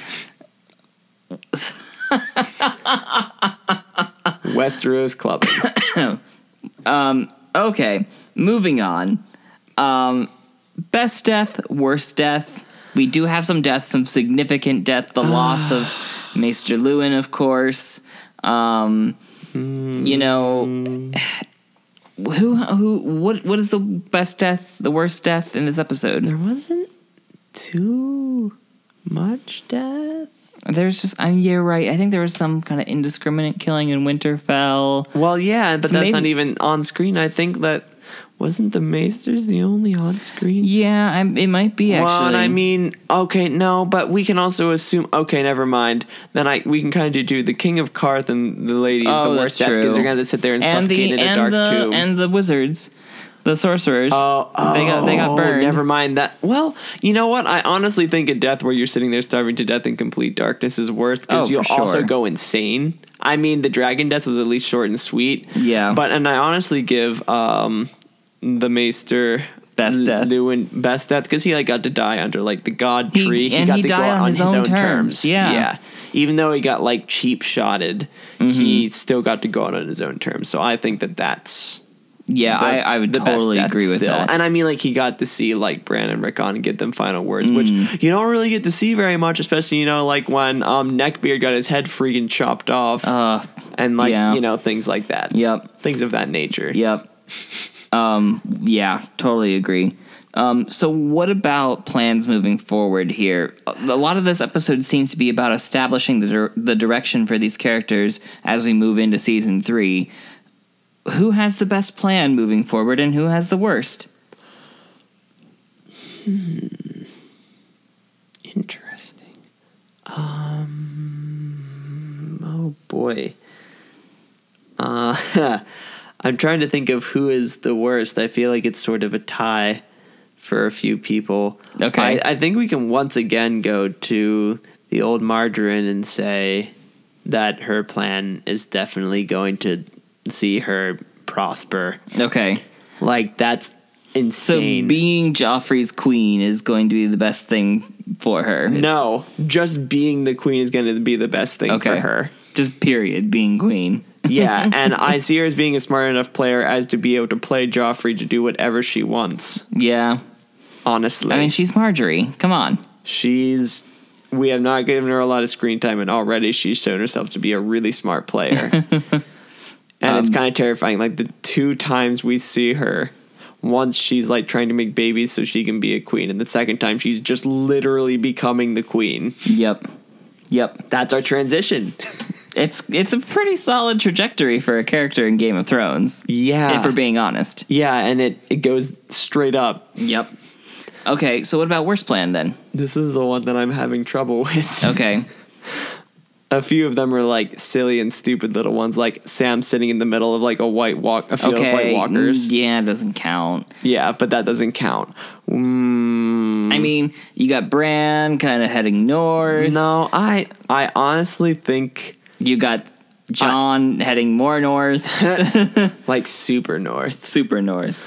Speaker 1: Westeros clubbing.
Speaker 2: Okay, moving on. Um, best death, worst death. We do have some deaths, some significant death. The loss of Maester Lewin, of course. Um, you know, who, who, what, what is the best death, the worst death in this episode?
Speaker 1: wasn't too much death.
Speaker 2: There's just, I'm, you're right. I think there was some kind of indiscriminate killing in Winterfell.
Speaker 1: Well, yeah, but
Speaker 2: So
Speaker 1: that's
Speaker 2: maybe-
Speaker 1: not even on screen. I think that wasn't the Maesters the only on screen.
Speaker 2: Yeah, i it might be actually.
Speaker 1: Well, and I mean, okay, no, but we can also assume. Okay, never mind. Then I we can kind of do the King of Karth and the lady is
Speaker 2: Oh,
Speaker 1: the
Speaker 2: that's
Speaker 1: worst death
Speaker 2: true.
Speaker 1: because they're gonna have to sit there and,
Speaker 2: and
Speaker 1: suffocate
Speaker 2: the
Speaker 1: in a
Speaker 2: and
Speaker 1: dark
Speaker 2: the,
Speaker 1: tomb.
Speaker 2: and the wizards, the sorcerers.
Speaker 1: Oh,
Speaker 2: they got they got
Speaker 1: oh,
Speaker 2: burned.
Speaker 1: Never mind that. Well, you know what? I honestly think a death where you're sitting there starving to death in complete darkness is worse
Speaker 2: Oh,
Speaker 1: because
Speaker 2: for
Speaker 1: you'll also
Speaker 2: sure.
Speaker 1: go insane. I mean, the dragon death was at least short and sweet.
Speaker 2: Yeah.
Speaker 1: But and I honestly give um the Maester
Speaker 2: Best death.
Speaker 1: Lewin best death because he like got to die under like the god
Speaker 2: He-
Speaker 1: tree.
Speaker 2: and
Speaker 1: got
Speaker 2: he
Speaker 1: to
Speaker 2: died
Speaker 1: go out
Speaker 2: on his own terms. Yeah.
Speaker 1: Yeah. Even though he got like cheap shotted,
Speaker 2: Mm-hmm.
Speaker 1: he still got to go out on his own terms. So I think that that's
Speaker 2: Yeah,
Speaker 1: the-
Speaker 2: I, I would
Speaker 1: the best
Speaker 2: totally
Speaker 1: death
Speaker 2: agree with
Speaker 1: still.
Speaker 2: that.
Speaker 1: And I mean, like he got to see like Bran and Rickon and get them final words, which
Speaker 2: Mm.
Speaker 1: you don't really get to see very much, especially you know like when um Neckbeard got his head freaking chopped off,
Speaker 2: uh,
Speaker 1: and like
Speaker 2: yeah.
Speaker 1: you know things like that.
Speaker 2: yep,
Speaker 1: Things of that nature.
Speaker 2: yep. Um, yeah, totally agree. Um, so, what about plans moving forward here? A lot of this episode seems to be about establishing the, dir- the direction for these characters as we move into season three. Who has the best plan moving forward and who has the worst?
Speaker 1: Interesting. Um, oh boy. Uh, I'm trying to think of who is the worst. I feel like it's sort of a tie for a few people.
Speaker 2: Okay.
Speaker 1: I, I think we can once again go to the old margarine and say that her plan is definitely going to see her prosper.
Speaker 2: Okay.
Speaker 1: Like that's
Speaker 2: So,
Speaker 1: insane.
Speaker 2: being Joffrey's queen is going to be the best thing for her. It's-
Speaker 1: No, just being the queen is going to be the best thing for
Speaker 2: Okay.
Speaker 1: her.
Speaker 2: Just period, being queen.
Speaker 1: Yeah, and I see her as being a smart enough player as to be able to play Joffrey to do whatever she wants.
Speaker 2: Yeah.
Speaker 1: Honestly,
Speaker 2: I mean, she's Marjorie. Come on.
Speaker 1: she's we have not given her a lot of screen time, and already she's shown herself to be a really smart player. and
Speaker 2: Um,
Speaker 1: it's kind of terrifying. Like the two times we see her. Once she's like trying to make babies so she can be a queen, and the second time she's just literally becoming the queen.
Speaker 2: Yep. Yep.
Speaker 1: That's our transition.
Speaker 2: it's it's a pretty solid trajectory for a character in Game of Thrones.
Speaker 1: Yeah.
Speaker 2: If we're being honest.
Speaker 1: Yeah, and it, it goes straight up.
Speaker 2: Yep. Okay, so what about worst plan then?
Speaker 1: This is the one that I'm having trouble with.
Speaker 2: Okay.
Speaker 1: A few of them are like silly and stupid little ones, like Sam sitting in the middle of like a white walk, a field
Speaker 2: okay.
Speaker 1: of white walkers.
Speaker 2: mm, Yeah, it doesn't count.
Speaker 1: Yeah, but that doesn't count. Mm,
Speaker 2: I mean, you got Bran kind of heading north.
Speaker 1: no, I I honestly think
Speaker 2: You got John heading more north,
Speaker 1: like super north.
Speaker 2: super north.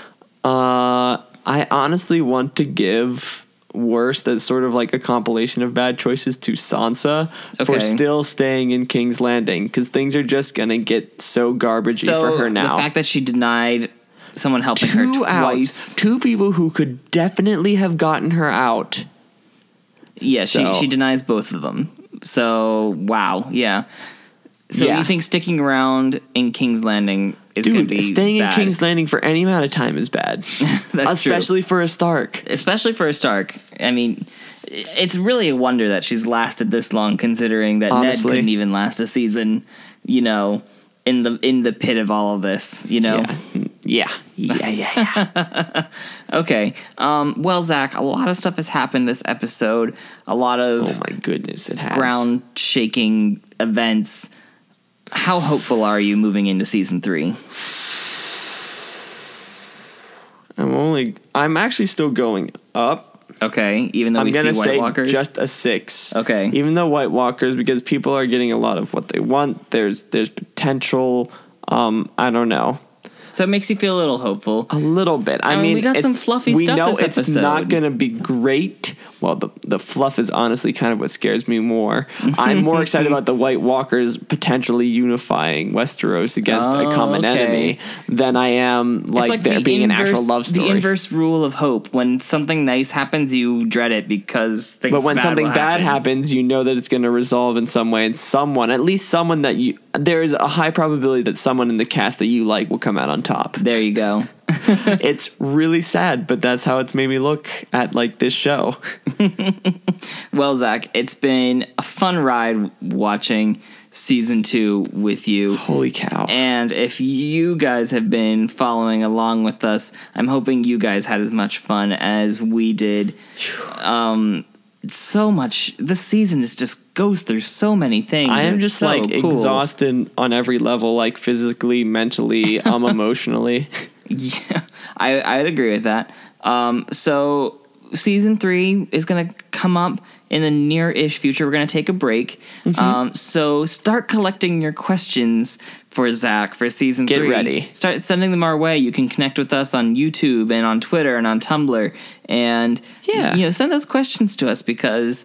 Speaker 1: Uh, I honestly want to give worse that's sort of like a compilation of bad choices to Sansa for
Speaker 2: Okay.
Speaker 1: still staying in King's Landing because things are just gonna get so garbagey
Speaker 2: So
Speaker 1: for her now.
Speaker 2: the fact that she denied someone helping her twice.
Speaker 1: outs, two people who could definitely have gotten her out.
Speaker 2: Yeah,
Speaker 1: So-
Speaker 2: she she denies both of them. So wow, yeah. So
Speaker 1: Yeah.
Speaker 2: you think sticking around in King's Landing is going
Speaker 1: Dude,
Speaker 2: to be
Speaker 1: staying
Speaker 2: bad.
Speaker 1: in King's Landing for any amount of time is bad,
Speaker 2: That's true.
Speaker 1: especially for a Stark.
Speaker 2: especially for a Stark? I mean, it's really a wonder that she's lasted this long, considering that
Speaker 1: Honestly.
Speaker 2: Ned couldn't even last a season. You know, in the in the pit of all of this. You know.
Speaker 1: Yeah, yeah, yeah, yeah.
Speaker 2: Okay. Um, well, Zach, a lot of stuff has happened this episode. A lot of
Speaker 1: oh my goodness, it has
Speaker 2: ground shaking events. How hopeful are you moving into season three?
Speaker 1: I'm only. I'm actually still going up.
Speaker 2: Okay, even though
Speaker 1: I'm
Speaker 2: we see
Speaker 1: gonna
Speaker 2: White
Speaker 1: say
Speaker 2: Walkers,
Speaker 1: just a six.
Speaker 2: Okay.
Speaker 1: Even though White Walkers, because people are getting a lot of what they want. There's there's potential. Um, I don't know.
Speaker 2: so it makes you feel a little hopeful.
Speaker 1: A little bit. I
Speaker 2: mean,
Speaker 1: mean,
Speaker 2: Um, we got
Speaker 1: it's-
Speaker 2: some fluffy
Speaker 1: we
Speaker 2: stuff
Speaker 1: know
Speaker 2: this
Speaker 1: it's
Speaker 2: episode.
Speaker 1: not going to be great. Well, the the fluff is honestly kind of what scares me more. I'm more excited about the White Walkers potentially unifying Westeros against
Speaker 2: Oh,
Speaker 1: a common
Speaker 2: okay.
Speaker 1: enemy than I am like,
Speaker 2: it's like
Speaker 1: there
Speaker 2: the
Speaker 1: being
Speaker 2: inverse,
Speaker 1: an actual love story.
Speaker 2: The inverse rule of hope: when something nice happens, you dread it because things.
Speaker 1: But when
Speaker 2: bad
Speaker 1: something
Speaker 2: will
Speaker 1: bad
Speaker 2: happen.
Speaker 1: happens, you know that it's going to resolve in some way, and someone, at least someone that you, there is a high probability that someone in the cast that you like will come out on top.
Speaker 2: there you go.
Speaker 1: it's really sad, but that's how it's made me look at like this show.
Speaker 2: Well, Zach, it's been a fun ride watching season two with you.
Speaker 1: Holy cow!
Speaker 2: And if you guys have been following along with us, I'm hoping you guys had as much fun as we did. Um, so much. This season is just goes through so many things.
Speaker 1: I
Speaker 2: and
Speaker 1: am
Speaker 2: it's
Speaker 1: just
Speaker 2: so
Speaker 1: like
Speaker 2: cool.
Speaker 1: exhausted on every level, like physically, mentally, um, emotionally.
Speaker 2: Yeah, I I'd agree with that. Um, so season three is gonna come up in the near-ish future. We're gonna take a break.
Speaker 1: Mm-hmm.
Speaker 2: Um, so start collecting your questions for Zach for season
Speaker 1: Get
Speaker 2: three.
Speaker 1: ready.
Speaker 2: Start sending them our way. You can connect with us on YouTube and on Twitter and on Tumblr. And
Speaker 1: Yeah.
Speaker 2: you know, send those questions to us because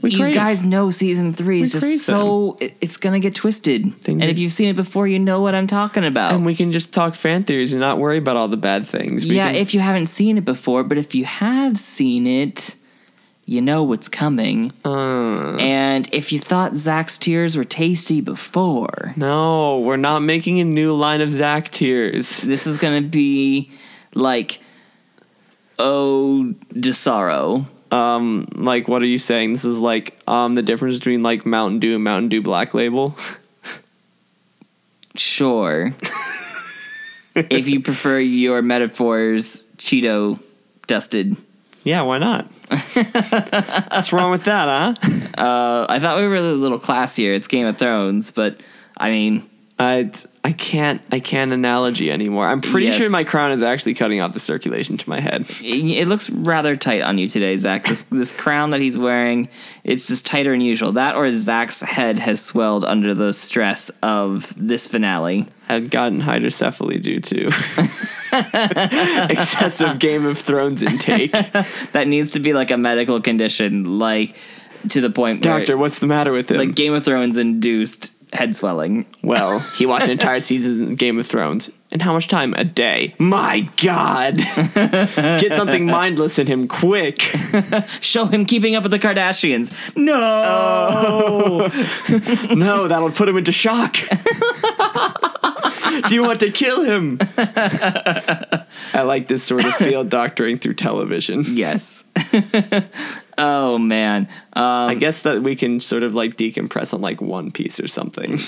Speaker 1: We
Speaker 2: you
Speaker 1: crave-
Speaker 2: guys know season three is
Speaker 1: We
Speaker 2: just
Speaker 1: crave
Speaker 2: so it- it's gonna get twisted.
Speaker 1: Things
Speaker 2: and
Speaker 1: are-
Speaker 2: if you've seen it before, you know what I'm talking about.
Speaker 1: and we can just talk fan theories and not worry about all the bad things. We
Speaker 2: yeah,
Speaker 1: can-
Speaker 2: if you haven't seen it before, but if you have seen it, you know what's coming.
Speaker 1: Uh,
Speaker 2: And if you thought Zach's tears were tasty before,
Speaker 1: no, we're not making a new line of Zach tears.
Speaker 2: this is going to be like O oh, Desaro.
Speaker 1: Um, like, what are you saying? This is like um the difference between like Mountain Dew and Mountain Dew Black Label.
Speaker 2: Sure. if you prefer your metaphors, Cheeto dusted.
Speaker 1: yeah, why not? What's wrong with that, huh?
Speaker 2: Uh, I thought we were a little classier. It's Game of Thrones, but I mean,
Speaker 1: I I can't I can't analogy anymore. I'm pretty
Speaker 2: Yes.
Speaker 1: sure my crown is actually cutting off the circulation to my head.
Speaker 2: it, it looks rather tight on you today, Zach. This this crown that he's wearing, it's just tighter than usual. That or Zach's head has swelled under the stress of this finale.
Speaker 1: Had gotten hydrocephaly due to excessive Game of Thrones intake.
Speaker 2: That needs to be like a medical condition, like to the point where
Speaker 1: Doctor, what's the matter with him?
Speaker 2: like Game of Thrones induced head swelling.
Speaker 1: well, he watched an entire season of Game of Thrones. And how much time? A day. My God! Get something mindless in him quick.
Speaker 2: Show him keeping up with the Kardashians. No.
Speaker 1: No, that'll put him into shock. Do you want to kill him? I like this sort of field doctoring through television.
Speaker 2: Yes. oh man.
Speaker 1: I
Speaker 2: Um,
Speaker 1: guess that we can sort of like decompress on like One Piece or something.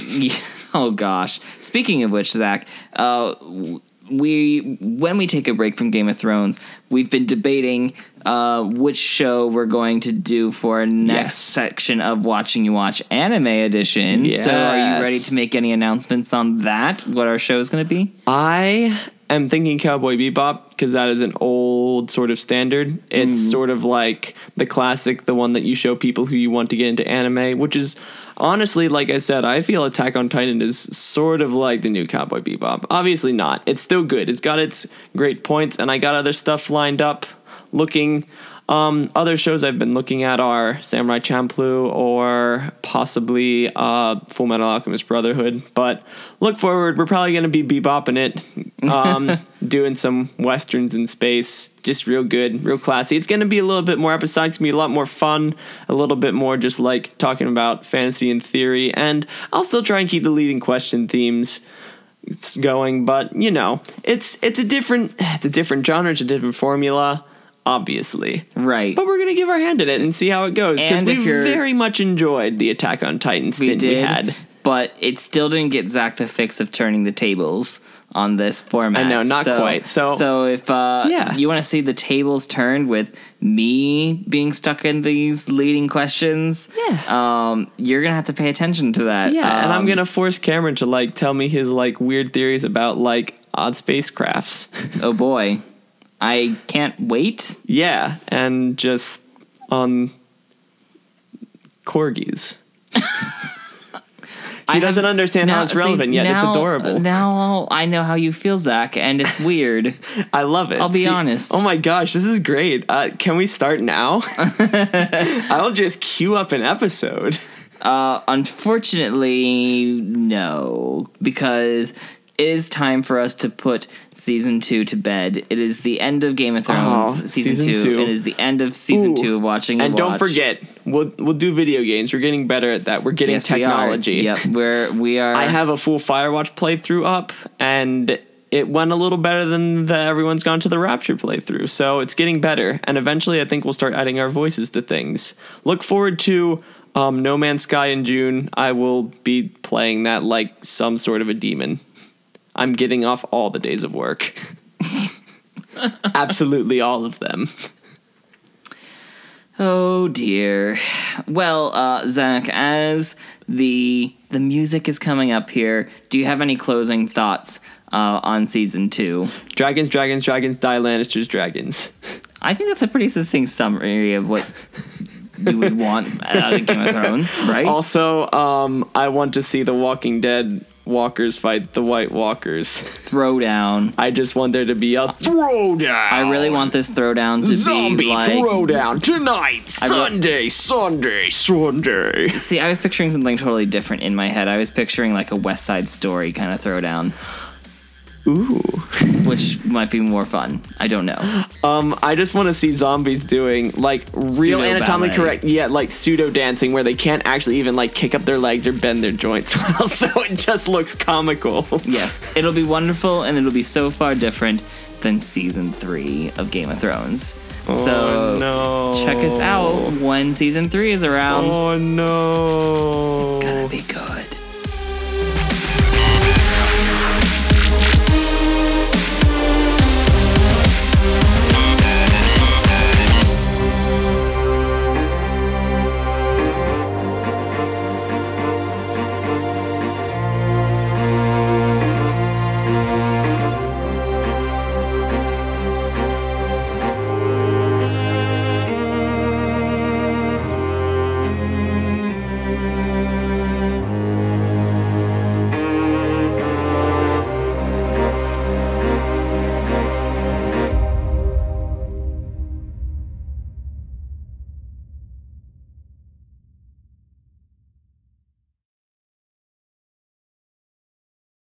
Speaker 2: oh gosh. Speaking of which, Zach, uh, w- we when we take a break from Game of Thrones, we've been debating uh, which show we're going to do for our next
Speaker 1: Yes.
Speaker 2: section of Watching You Watch Anime Edition. So, are
Speaker 1: Yes.
Speaker 2: you ready to make any announcements on that? What our show is going to be?
Speaker 1: I am thinking Cowboy Bebop because that is an old sort of standard. It's sort of like the classic, the one that you show people who you want to get into anime, which is honestly, like I said, I feel Attack on Titan is sort of like the new Cowboy Bebop. Obviously not. It's still good. It's got its great points, and I got other stuff lined up looking. Um, other shows I've been looking at are Samurai Champloo or possibly uh, Full Metal Alchemist Brotherhood. But look forward, we're probably going to be bebopping it, um, doing some westerns in space. Just real good, real classy. It's going to be a little bit more episodic. It's going to be a lot more fun, a little bit more just like talking about fantasy and theory. And I'll still try and keep the leading question themes it's going, but you know, it's it's a different it's a different genre, it's a different formula, obviously.
Speaker 2: Right.
Speaker 1: But we're gonna give our hand at it and see how it goes because
Speaker 2: And
Speaker 1: we
Speaker 2: if you're-
Speaker 1: very much enjoyed the Attack on Titan
Speaker 2: we
Speaker 1: stint we,
Speaker 2: did,
Speaker 1: had.
Speaker 2: but it still didn't get Zach the fix of turning the tables on this format.
Speaker 1: I know, not quite. So-
Speaker 2: so if uh,
Speaker 1: Yeah.
Speaker 2: you want to see the tables turned with me being stuck in these leading questions,
Speaker 1: Yeah.
Speaker 2: um, you're gonna have to pay attention to that.
Speaker 1: Yeah, and I'm
Speaker 2: Um,
Speaker 1: gonna force Cameron to like tell me his like weird theories about like odd spacecrafts.
Speaker 2: Oh boy, I can't wait.
Speaker 1: yeah, and just on corgis. he
Speaker 2: have-
Speaker 1: doesn't understand how it's
Speaker 2: see,
Speaker 1: relevant yet.
Speaker 2: now-
Speaker 1: it's adorable.
Speaker 2: Now I know how you feel, Zach, and it's weird.
Speaker 1: I love it.
Speaker 2: I'll be honest.
Speaker 1: Oh my gosh, this is great. Uh, can we start now? I'll just queue up an episode.
Speaker 2: Uh, unfortunately, no, because it is time for us to put season two to bed. It is the end of Game of Thrones
Speaker 1: Oh,
Speaker 2: season,
Speaker 1: season
Speaker 2: two.
Speaker 1: two.
Speaker 2: It is the end of season
Speaker 1: Ooh.
Speaker 2: two of watching.
Speaker 1: And don't
Speaker 2: Watch.
Speaker 1: forget, we'll we'll do video games. We're getting better at that. We're getting
Speaker 2: Yes, we are.
Speaker 1: technology.
Speaker 2: Yep, we're we are.
Speaker 1: I have a full Firewatch playthrough up, and it went a little better than the Everyone's Gone to the Rapture playthrough. So it's getting better, and eventually I think we'll start adding our voices to things. Look forward to um, No Man's Sky in June. I will be playing that like some sort of a demon. I'm getting off all the days of work. Absolutely all of them.
Speaker 2: Oh dear. Well, uh, Zach, as the the music is coming up here, do you have any closing thoughts uh, on season two?
Speaker 1: Dragons, dragons, dragons, die Lannisters, dragons.
Speaker 2: I think that's a pretty succinct summary of what you would want out of Game of Thrones, right?
Speaker 1: Also, um, I want to see the Walking Dead walkers fight the White Walkers.
Speaker 2: throwdown.
Speaker 1: I just want there to be a throwdown.
Speaker 2: I really want this throwdown to
Speaker 1: zombie
Speaker 2: be like.
Speaker 1: throwdown tonight, Sunday, Sunday, Sunday.
Speaker 2: See, I was picturing something totally different in my head. I was picturing like a West Side Story kind of throwdown,
Speaker 1: Ooh.
Speaker 2: which might be more fun. I don't know.
Speaker 1: Um, I just want to see zombies doing like real
Speaker 2: Pseudo
Speaker 1: anatomically
Speaker 2: ballet.
Speaker 1: correct, yeah, like pseudo dancing where they can't actually even like kick up their legs or bend their joints. so it just looks comical.
Speaker 2: Yes, it'll be wonderful and it'll be so far different. than season three of Game of Thrones.
Speaker 1: oh
Speaker 2: so
Speaker 1: no!
Speaker 2: check us out when season three is around.
Speaker 1: Oh no!
Speaker 2: It's gonna be good.